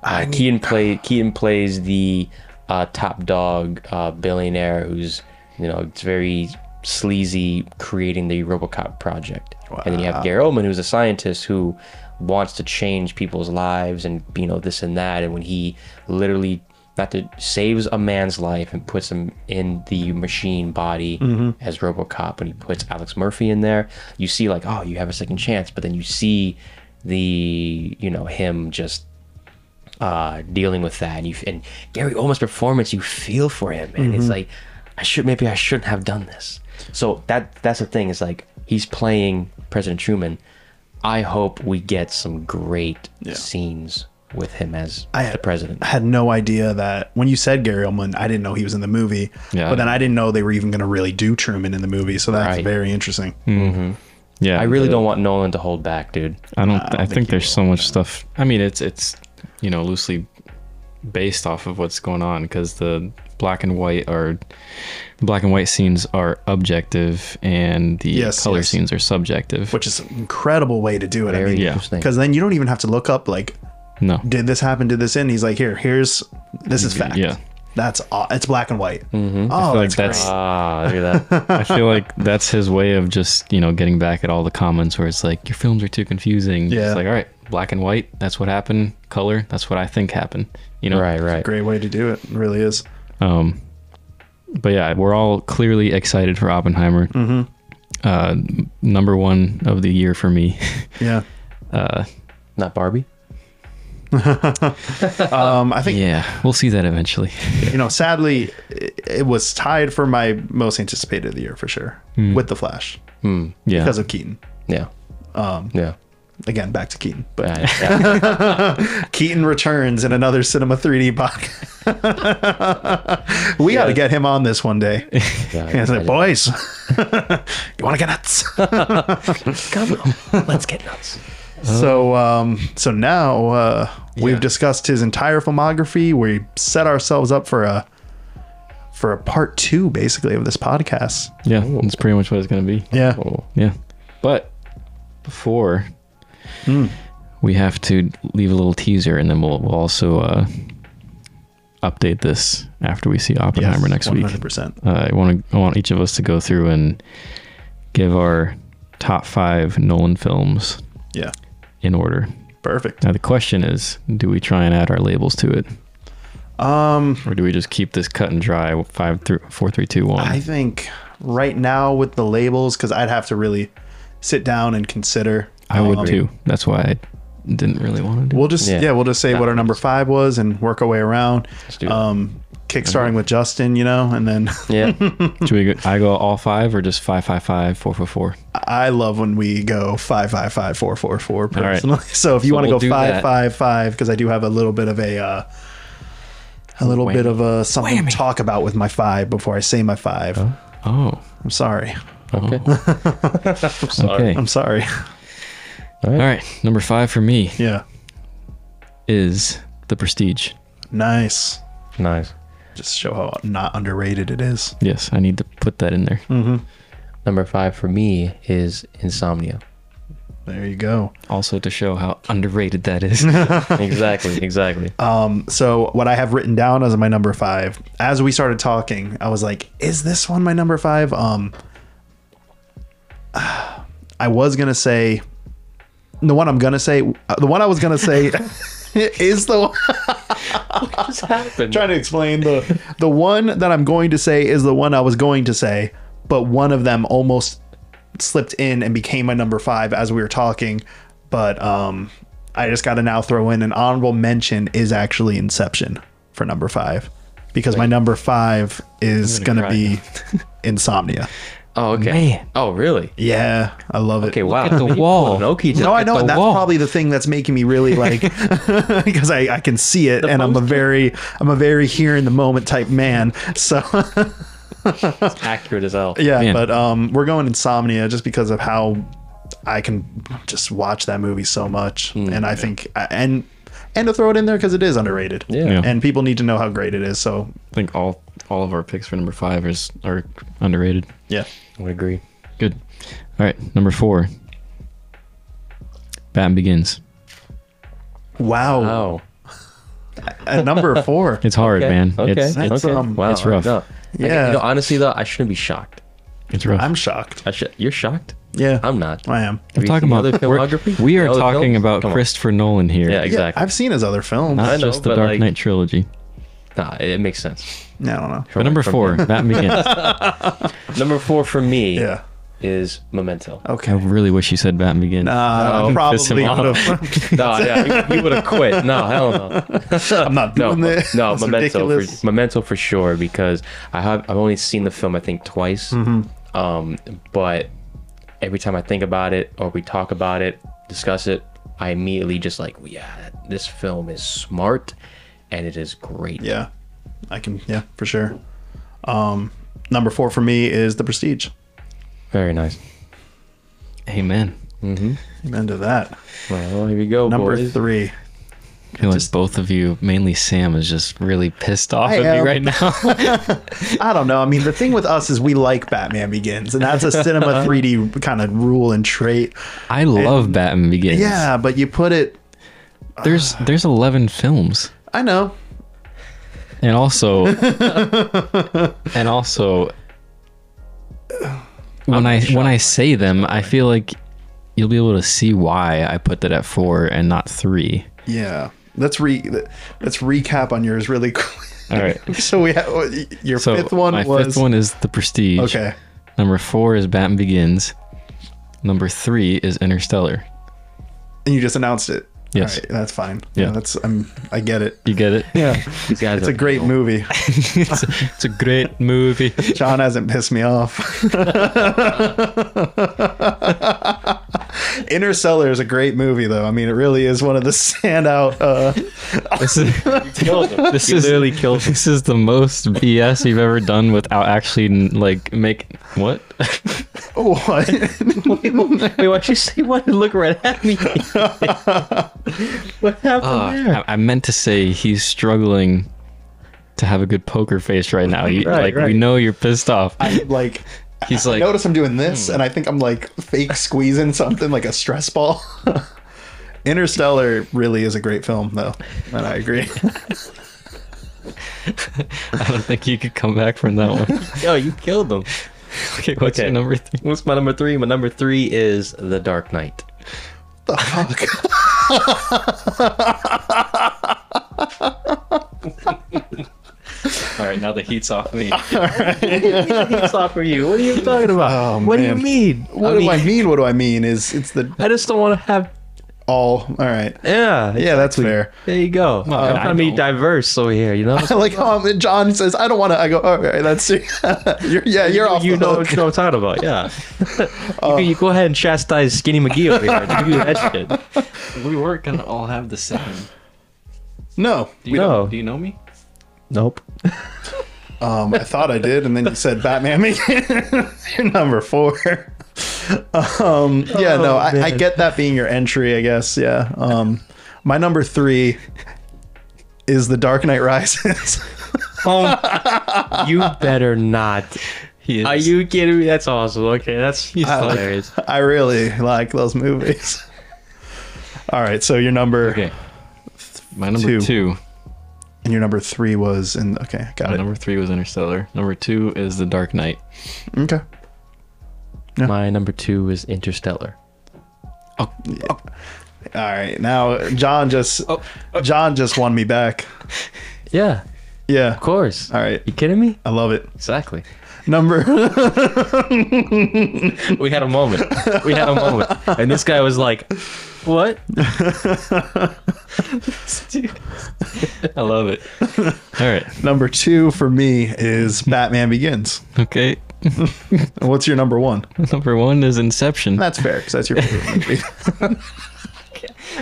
Uh, Keaton play Keaton plays the uh, top dog uh, billionaire who's you know it's very sleazy creating the RoboCop project, and then you have Gary Oldman who's a scientist who wants to change people's lives and you know this and that, and when he literally not to saves a man's life and puts him in the machine body as RoboCop, and he puts Alex Murphy in there. You see like oh you have a second chance, but then you see the you know him just uh, dealing with that, and you and Gary Oldman's performance, you feel for him, and
Mm-hmm.
it's like, I should maybe I shouldn't have done this. So that that's the thing is like he's playing President Truman. I hope we get some great scenes with him as
I-
the president.
I had no idea that when you said Gary Oldman, I didn't know he was in the movie.
Yeah.
But then I didn't know they were even going to really do Truman in the movie. So that's
Right. Hmm.
very interesting.
Yeah,
I really
the-
don't want Nolan to hold
[laughs]
back, dude.
I don't. I, think, there's so much stuff. I mean, it's it's you know loosely based off of what's going on because the black and white are black and white scenes are objective and the
Yes,
color
yes.
scenes are subjective.
Which is an incredible way to do it. I
Very
mean,
yeah.
interesting.
because then you don't even have to look up like,
no,
did this happen? Did this end? He's like, here, here's this is fact.
Yeah.
That's aw- it's black and white.
Mm-hmm.
Oh,
like
that's, great.
that's
Ah, look
[laughs]
at that.
I feel like that's his way of just you know getting back at all the comments where it's like your films are too confusing.
Yeah.
it's like all right, black and white. That's what happened. Color. That's what I think happened. You know,
right, right.
great way to do it. It really is.
Um, but yeah, we're all clearly excited for Oppenheimer. Mm-hmm. Uh, number one of the year for me. [laughs]
Yeah.
Not Barbie.
Um, I think
yeah, we'll see that eventually.
you know, sadly, it, it was tied for my most anticipated of the year for sure
Hmm.
with the Flash
Yeah,
because of Keaton. [laughs]
Yeah. Um, yeah.
Again, back to Keaton, but
Yeah, yeah.
Keaton returns in another Cinema 3D [laughs] podcast. we got to get him on this one
[laughs]
day.
yeah,
And he's
I-
like,
I-
boys, [laughs] you want to get nuts?
[laughs] Come on, let's get nuts.
So, um, so now uh,
Yeah.
we've discussed his entire filmography. We set ourselves up for a for a part two, basically, of this podcast.
[laughs] yeah, that's pretty much what it's gonna be.
Yeah,
Oh,
Yeah, but before
Hmm.
we have to leave a little teaser, and then we'll, we'll also uh, update this after we see Oppenheimer next
one
week.
hundred percent.
uh, I want to I want each of us to go through and give our top five Nolan films
Yeah,
in order.
perfect.
Now the question is, do we try and add our labels to it? Um, or do we just keep this cut and dry? Five, three, four, three, two, one.
I think right now with the labels, because I'd have to really sit down and consider.
I would
um,
too. That's why I didn't really want to do.
We'll just yeah,
Yeah.
we'll just say what our number five was and work our way around.
do that.
Um, kickstarting with Justin, you know, and then [laughs]
Yeah.
it. Should we go, I go all five or just five, five, five, four, four, four?
I love when we go five five five four four four personally. [laughs] So if you
So
want to
we'll
go
do
five
that.
five five, because I do have a little bit of a uh, a little bit of a something to talk about with my five before I say my five.
Oh,
I'm sorry.
Okay.
okay.
I'm sorry. [laughs]
All right, number five for me
yeah.
is The Prestige.
Nice.
Nice.
Just show how not underrated it is.
Yes, I need to put that in there.
Hmm.
Number five for me is insomnia.
There you go.
Also to show how underrated that
[laughs]
is.
exactly. Exactly.
Uh, So what I have written down as my number five, as we started talking, I was like, is this one my number five? Um [sighs] I was gonna say the one I'm gonna say the one I was gonna say [laughs] is the one
What's happened?
trying to explain the the one that I'm going to say is the one I was going to say, but one of them almost slipped in and became my number five as we were talking. But um, I just got to now throw in an honorable mention is actually Inception for number five. because my number five is
I'm gonna
gonna be [laughs] Insomnia.
Oh, okay.
Man.
Oh, really?
Yeah, I love it.
Okay,
[laughs]
wow.
at the wall.
An Okie
No, I know,
the
and that's
wall.
probably the thing that's making me
[laughs]
really like [laughs] because I, I can see it, and I'm a very I'm a very here in the moment type man. So [laughs]
It's accurate as hell.
yeah,
Man.
but um, we're going Insomnia just because of how I can just watch that movie so much,
Hmm.
and I think uh, and and to throw it in there because it is underrated.
Yeah.
Yeah.
and people need to know how great it is. So
I think all all of our picks for number five is are underrated.
yeah,
I would agree.
Good. All right, number four. Batman Begins.
wow,
Oh,
at number
[laughs]
four.
It's hard, man.
Okay.
It's
That's,
it's,
okay.
um,
wow.
it's rough.
No. I-
Yeah.
you know, honestly though, I shouldn't be shocked.
it's rough.
I'm shocked.
I should. You're shocked?
Yeah,
I'm not.
I am.
Have
I'm
you
talking
seen
about
the other
we're-
filmography?
we are
The other
talking
films?
about
Come on.
Christopher Nolan here.
Yeah,
Yeah,
exactly.
I've seen his other films.
Not
I
I know,
just the
but,
Dark
like-
Knight trilogy.
Nah, it, it makes sense.
don't know.
But number four, Batman
[laughs]
Begins.
Number four for me
Yeah. Oh.
is Memento.
I
Okay.
really wish you said Batman Begins.
Uh,
No,
piss him
probably
off.
would have.
no, yeah, you, would have quit. No,
[laughs]
hell no. [laughs]
I'm not
No,
doing this.
no,
That's
Memento
ridiculous.
for, Memento for sure because I have I've only seen the film I think twice.
Mm-hmm.
Um, but every time I think about it or we talk about it, discuss it, I immediately just like, yeah, this film is smart and it is great.
Yeah, I can. Yeah, for sure. Um, number four for me is The Prestige.
Very nice.
Amen.
Amen to that.
Well, here we go.
Number
boys.
three.
I feel like both of you, mainly Sam, is just really pissed off
I
at me
am.
right now. [laughs]
[laughs]
I don't know. I mean, the thing with us is we like Batman Begins, and
[laughs]
that's a cinema 3D kind of rule and trait.
I love Batman Begins.
Yeah, but you put it.
There's there's 11 films.
I know.
And
[laughs]
also and also when I when I say them, I feel like you'll be able to see why I put that at 4 and not 3.
Yeah. Let's re. Let's recap on yours really [laughs] quick.
All right.
So we have your
So
fifth one
my
was
fifth one is The Prestige.
okay.
Number 4 is Batman Begins. Number 3 is Interstellar.
and you just announced it.
Yes.
All right, that's fine.
Yeah.
Yeah, that's I'm I get it.
You get it?
Yeah,
These guys
it's a
are
great movie.
[laughs] it's, a, it's a great
[laughs]
movie.
John hasn't pissed me off. Interstellar is a great movie, though. I mean, it really is one of the standout. Uh,
This is
kills them.
This is literally kills. This is the most BS you've ever done without actually like make what? [laughs]
what?
Wait, why'd you say what? Look right at me. [laughs] what happened there?
Uh, I, I meant to say he's struggling to have a good poker face right now. You,
Right,
like we
right.
know you're pissed off.
[laughs] like,
He's
I
like
notice I'm doing this, and I think I'm like fake squeezing something like a stress ball. [laughs] Interstellar really is a great film, though, and I agree. [laughs]
I don't think you could come back from that one.
[laughs]
[laughs]
Yo, Oh, you killed them.
Okay, what's
Okay.
your number three?
What's my number three? My number three is The Dark Knight.
the fuck?
All right, now the heat's off
[laughs]
me.
It's not for you.
[laughs]
What are you talking about?
Oh,
what
man.
do you mean?
What
I
do
mean,
I mean? What do I mean? Is it's the
I just don't want to have.
all all right?
Yeah,
Yeah, that's fair.
There you go. I'm
I
trying to be
don't.
diverse over here.
[laughs]
You know.
I like how I'm- John says, "I don't want to." I go, "All right, that's [laughs] you're, yeah, you're off."
you
the
know,
hook."
you know what I'm talking
[laughs]
about. Yeah. [laughs] you, can- you go ahead and chastise Skinny McGee over here. You do that shit.
we weren't gonna all have the same.
No,
Do you,
No.
do you know me?
Nope.
um, I thought I did, and then you said Batman. [laughs] you're number four. [laughs] Um, yeah, no, I, I
Oh, man.
get that being your entry, I guess. Yeah. Um, my number three is The Dark Knight Rises. [laughs]
Oh, you better not.
He is.
Are you kidding me? That's awesome. Okay, that's
like-
hilarious.
I really like those movies. [laughs] All right, so your number
okay? My number
Two.
two.
and your number three was in. Okay, got
My
it.
number three was Interstellar. Number two is The Dark Knight.
Okay. [laughs] Yeah.
My number two is Interstellar. Oh,
All right, now John just John just won me back.
Yeah.
Yeah.
Of course.
All right.
You kidding me?
I love it.
Exactly.
Number. [laughs]
We had a moment. We had a moment. And this guy was like, What? I love it.
All right.
number two for me is Batman Begins.
Okay. [laughs]
What's your number one?
Number one is Inception.
That's fair because that's your
[laughs]
favorite movie.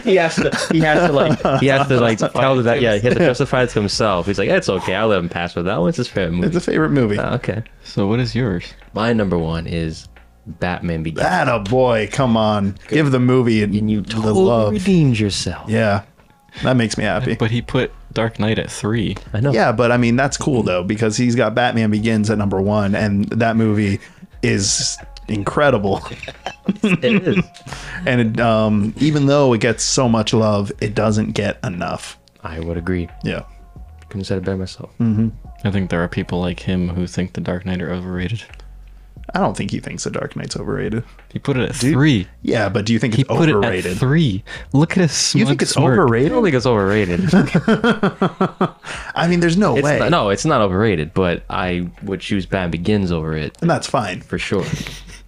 He has to he has to like he has to like tell that yeah, he has to justify it to himself. He's like, It's okay, I'll let him pass with that one's his favorite
It's
movie.
a favorite movie.
Ah, okay.
So what is yours?
My number one is Batman Begins.
That a boy. Come on. Give the movie
and you
the
totally
love.
redeemed yourself.
Yeah. That makes me happy.
But he put Dark Knight at three.
I know.
Yeah, but I mean that's cool though because he's got Batman Begins at number one, and that movie is
[laughs]
incredible. [laughs]
It is.
And it, um, even though it gets so much love, it doesn't get enough.
I would agree.
Yeah,
Couldn't have said it better myself.
Hmm.
I think there are people like him who think the Dark Knight are overrated.
I don't think he thinks The Dark Knight's overrated.
He put it at three.
Yeah, but do you think
He
it's
put
overrated?
it at three. Look at his smug
you think it's
smirk.
I don't
overrated?
think it's overrated.
[laughs] I mean, there's no
It's
way,
not- no, it's not overrated, but I would choose Batman Begins over it
and that's fine.
for sure.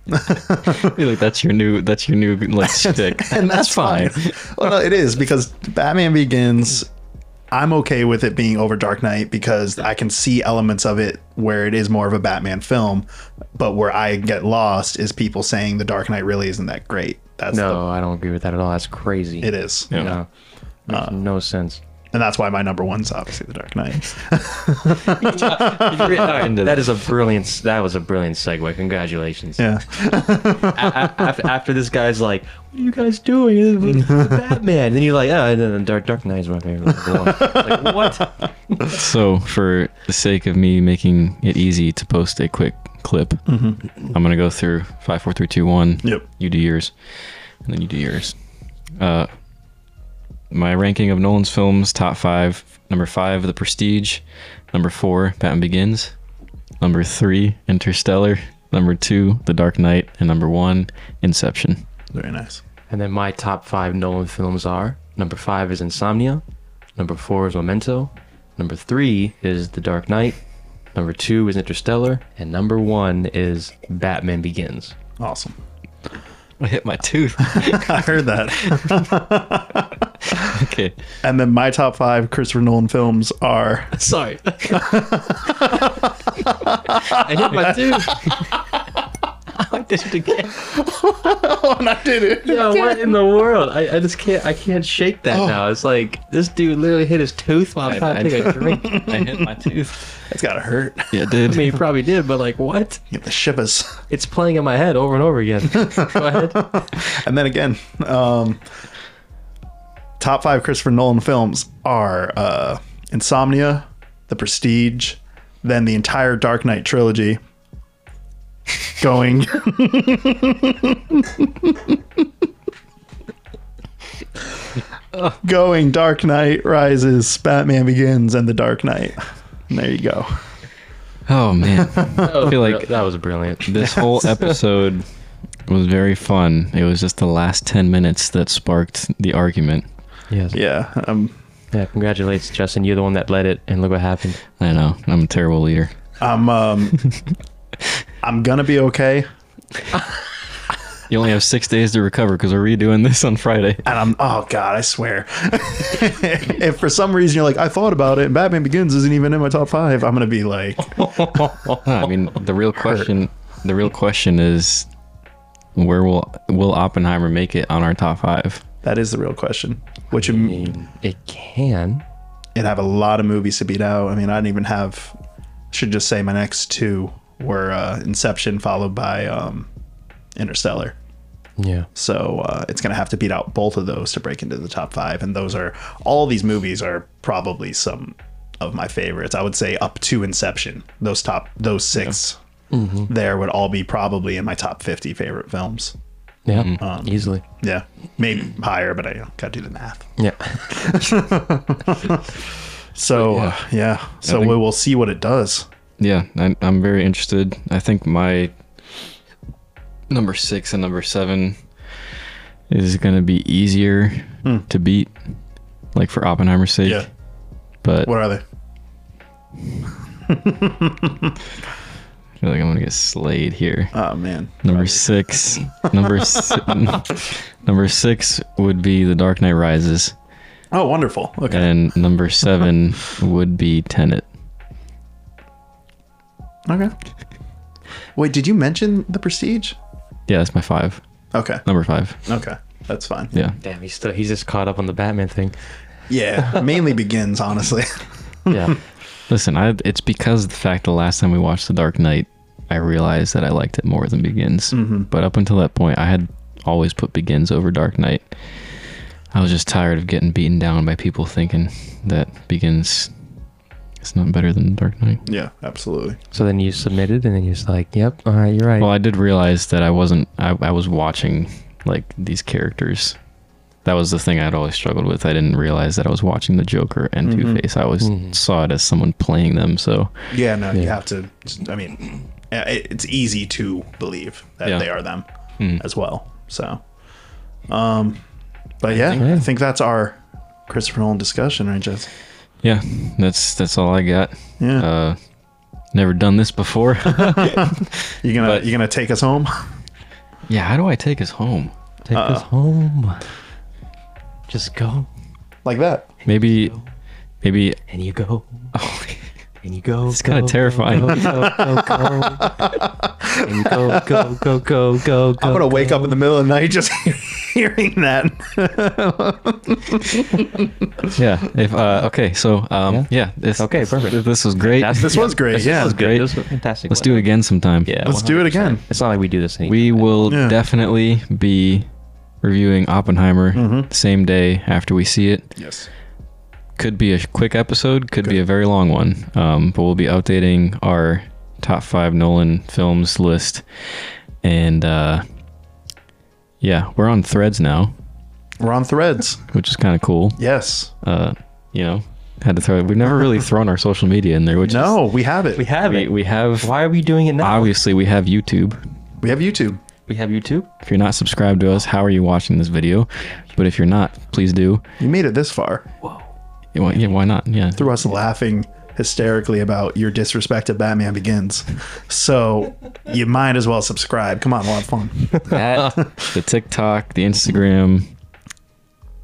[laughs] like that's your new that's your new like
[laughs]
stick.
And that's fine. [laughs] well, no, it is because Batman Begins. I'm okay with it being over Dark Knight because I can see elements of it where it is more of a Batman film, but where I get lost is people saying the Dark Knight really isn't that great. That's
No, I don't agree with that at all. That's crazy.
the, it is, Uh,
Yeah.
No, makes no sense.
and that's why my number one's obviously the Dark Knight.
[laughs] that is a brilliant. That was a brilliant segue. Congratulations.
Yeah,
after, after this guy's like, "What are you guys doing?
[laughs]
It's Batman." Then you're like, "Oh, and then Dark Dark Knight is my favorite." like, what?
So for the sake of me making it easy to post a quick clip,
Mm-hmm.
I'm gonna go through five, four, three, two, one.
Yep.
You do yours, and then you do yours. Uh, my ranking of Nolan's films: top five. Number five, The Prestige. Number four, Batman Begins. Number three, Interstellar. Number two, The Dark Knight, and number one, Inception.
very nice.
[laughs] And then my top five Nolan films are: number five is Insomnia, number four is Memento, number three is The Dark Knight, number two is Interstellar, and number one is Batman Begins.
Awesome. [laughs]
I hit my tooth.
I heard that.
[laughs] okay.
And then my top five Christopher Nolan films are
Sorry. I hit my tooth. [laughs] I did it again.
and I did it.
Yeah, what in the world? I, I just can't I can't shake that now. It's like this dude literally hit his tooth while trying
I-
to take a drink. I
I hit my tooth.
It's gotta hurt.
Yeah, it did.
mean, he probably did, but like what?
Get the shivers.
It's playing in my head over and over [laughs] again. Go ahead.
And then again, um, top five Christopher Nolan films are uh, Insomnia, The Prestige, then the entire Dark Knight trilogy. Going. Going Dark Knight Rises, Batman Begins, and The Dark Knight. And there you go.
Oh man.
I
feel like-
that was brilliant.
This whole episode was very fun. It was just the last 10 minutes that sparked the argument.
Yes. Yeah.
Yeah. Um,
Congratulations, Justin. You're the one that led it, and look what happened.
I know, I'm a terrible leader.
I'm um, I'm gonna be okay.
You only have six days to recover because we're redoing this on Friday.
And I'm, oh God, I swear. if for some reason you're like, I thought about it, and Batman Begins isn't even in my top five, I'm going to be like,
[laughs] I mean, the real question, the real question is, where will will Oppenheimer make it on our top five?
that is the real question. Which would
It can.
it'd have a lot of movies to beat out. I mean, I didn't even have, should just say my next two were uh, Inception followed by um, Interstellar.
Yeah.
So uh, it's going to have to beat out both of those to break into the top five. And those are, all these movies are probably some of my favorites. I would say up to Inception, those top, those 6 there would all be probably in my top 50 favorite films.
Yeah. Easily.
Yeah. Maybe higher, but I got to do the math.
Yeah.
So, yeah. Uh, yeah. So
think-
we will see what it does.
Yeah, I, I'm very interested. I think my number six and number seven is going to be easier to beat, like for Oppenheimer's sake.
Yeah.
But
What are they?
I feel like I'm gonna get slayed here.
Oh man.
Number six, number si- [laughs] number six would be The Dark Knight Rises,
Oh, wonderful. Okay.
and number seven would be Tenet.
Okay. Wait, did you mention the Prestige?
Yeah, that's my five.
Okay.
Number five.
Okay. That's fine.
Yeah.
Damn, he's still he's just caught up on the Batman [laughs] thing.
Yeah. Mainly begins, honestly. [laughs]
Yeah.
Listen, I, it's because of the fact the last time we watched The Dark Knight, I realized that I liked it more than Begins. But up until that point, I had always put Begins over Dark Knight. I was just tired of getting beaten down by people thinking that Begins is not better than The Dark Knight.
Yeah, absolutely.
so then you submitted, and then you're just like, "Yep, all right, you're right."
Well, I did realize that I wasn't. I, I was watching like these characters. That was the thing I'd always struggled with. I didn't realize that I was watching the Joker and
Mm-hmm.
Two Face. I always saw it as someone playing them. So
Yeah, no, you
Yeah.
have to. I mean, [clears throat] yeah, it- it's easy to believe that
Yeah.
they are them as well. So, um, but yeah, I think that's our Christopher Nolan discussion, right, Jess?
yeah, that's that's all I got.
Yeah,
Uh, never done this
[laughs]
before.
you gonna
but-
you gonna take us home? [laughs]
yeah, how do I take us home?
Take
uh,
us home. Just go,
like that?
Maybe,
[laughs]
maybe.
and you go, and you go.
It's kinda
go,
terrifying.
Go, go, go, go. and you go, go, go, go, go, go.
I'm gonna wake up in the middle of the night [laughs] just hearing that. [laughs]
yeah. If uh, okay, so um, yeah.
Yeah.
this,
Okay, perfect.
This was great.
That's-
This was great.
This
yeah,
was
great.
good. This was fantastic.
Let's do it again sometime.
Yeah.
let's do it again.
It's not like we do this anymore.
We will
Yeah.
definitely be reviewing Oppenheimer
Mm-hmm.
the same day after we see it.
Yes.
Could be a quick episode, could be a very long one, um, but we'll be updating our top five Nolan films list. And uh, yeah, we're on threads now,
We're on threads.
which is kind of cool.
Yes.
Uh, you know, had to throw We've never really
[laughs]
thrown our social media in there, which
No, we have it.
We
is,
have
we,
it.
we have.
Why are we doing it now?
Obviously, we have YouTube.
We have YouTube.
We have YouTube.
If you're not subscribed to us, how are you watching this video? But if you're not, please do.
You made it this far
Yeah, why- yeah, why not? Yeah.
through us laughing hysterically about your disrespect of Batman Begins. So you might as well subscribe. Come on, we'll have fun.
[laughs]
That, [laughs] the TikTok, the Instagram,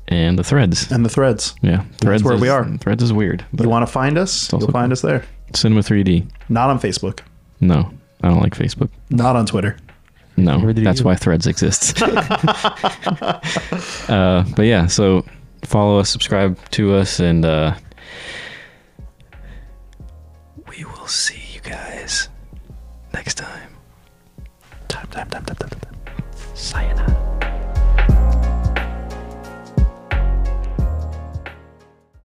and the threads.
And the threads.
Yeah. Threads
where
is-
we are.
Threads is weird.
You want to find us?
also
You'll find us there.
Cinema 3D.
Not on Facebook.
No, I don't like Facebook.
Not on Twitter.
No,
Neither do
that's
you.
why threads [laughs]
[laughs]
exists. uh, but yeah, so follow us, subscribe to us, and uh, we will see you guys next time.
Time, time, time, time, time, time.
Sayonara.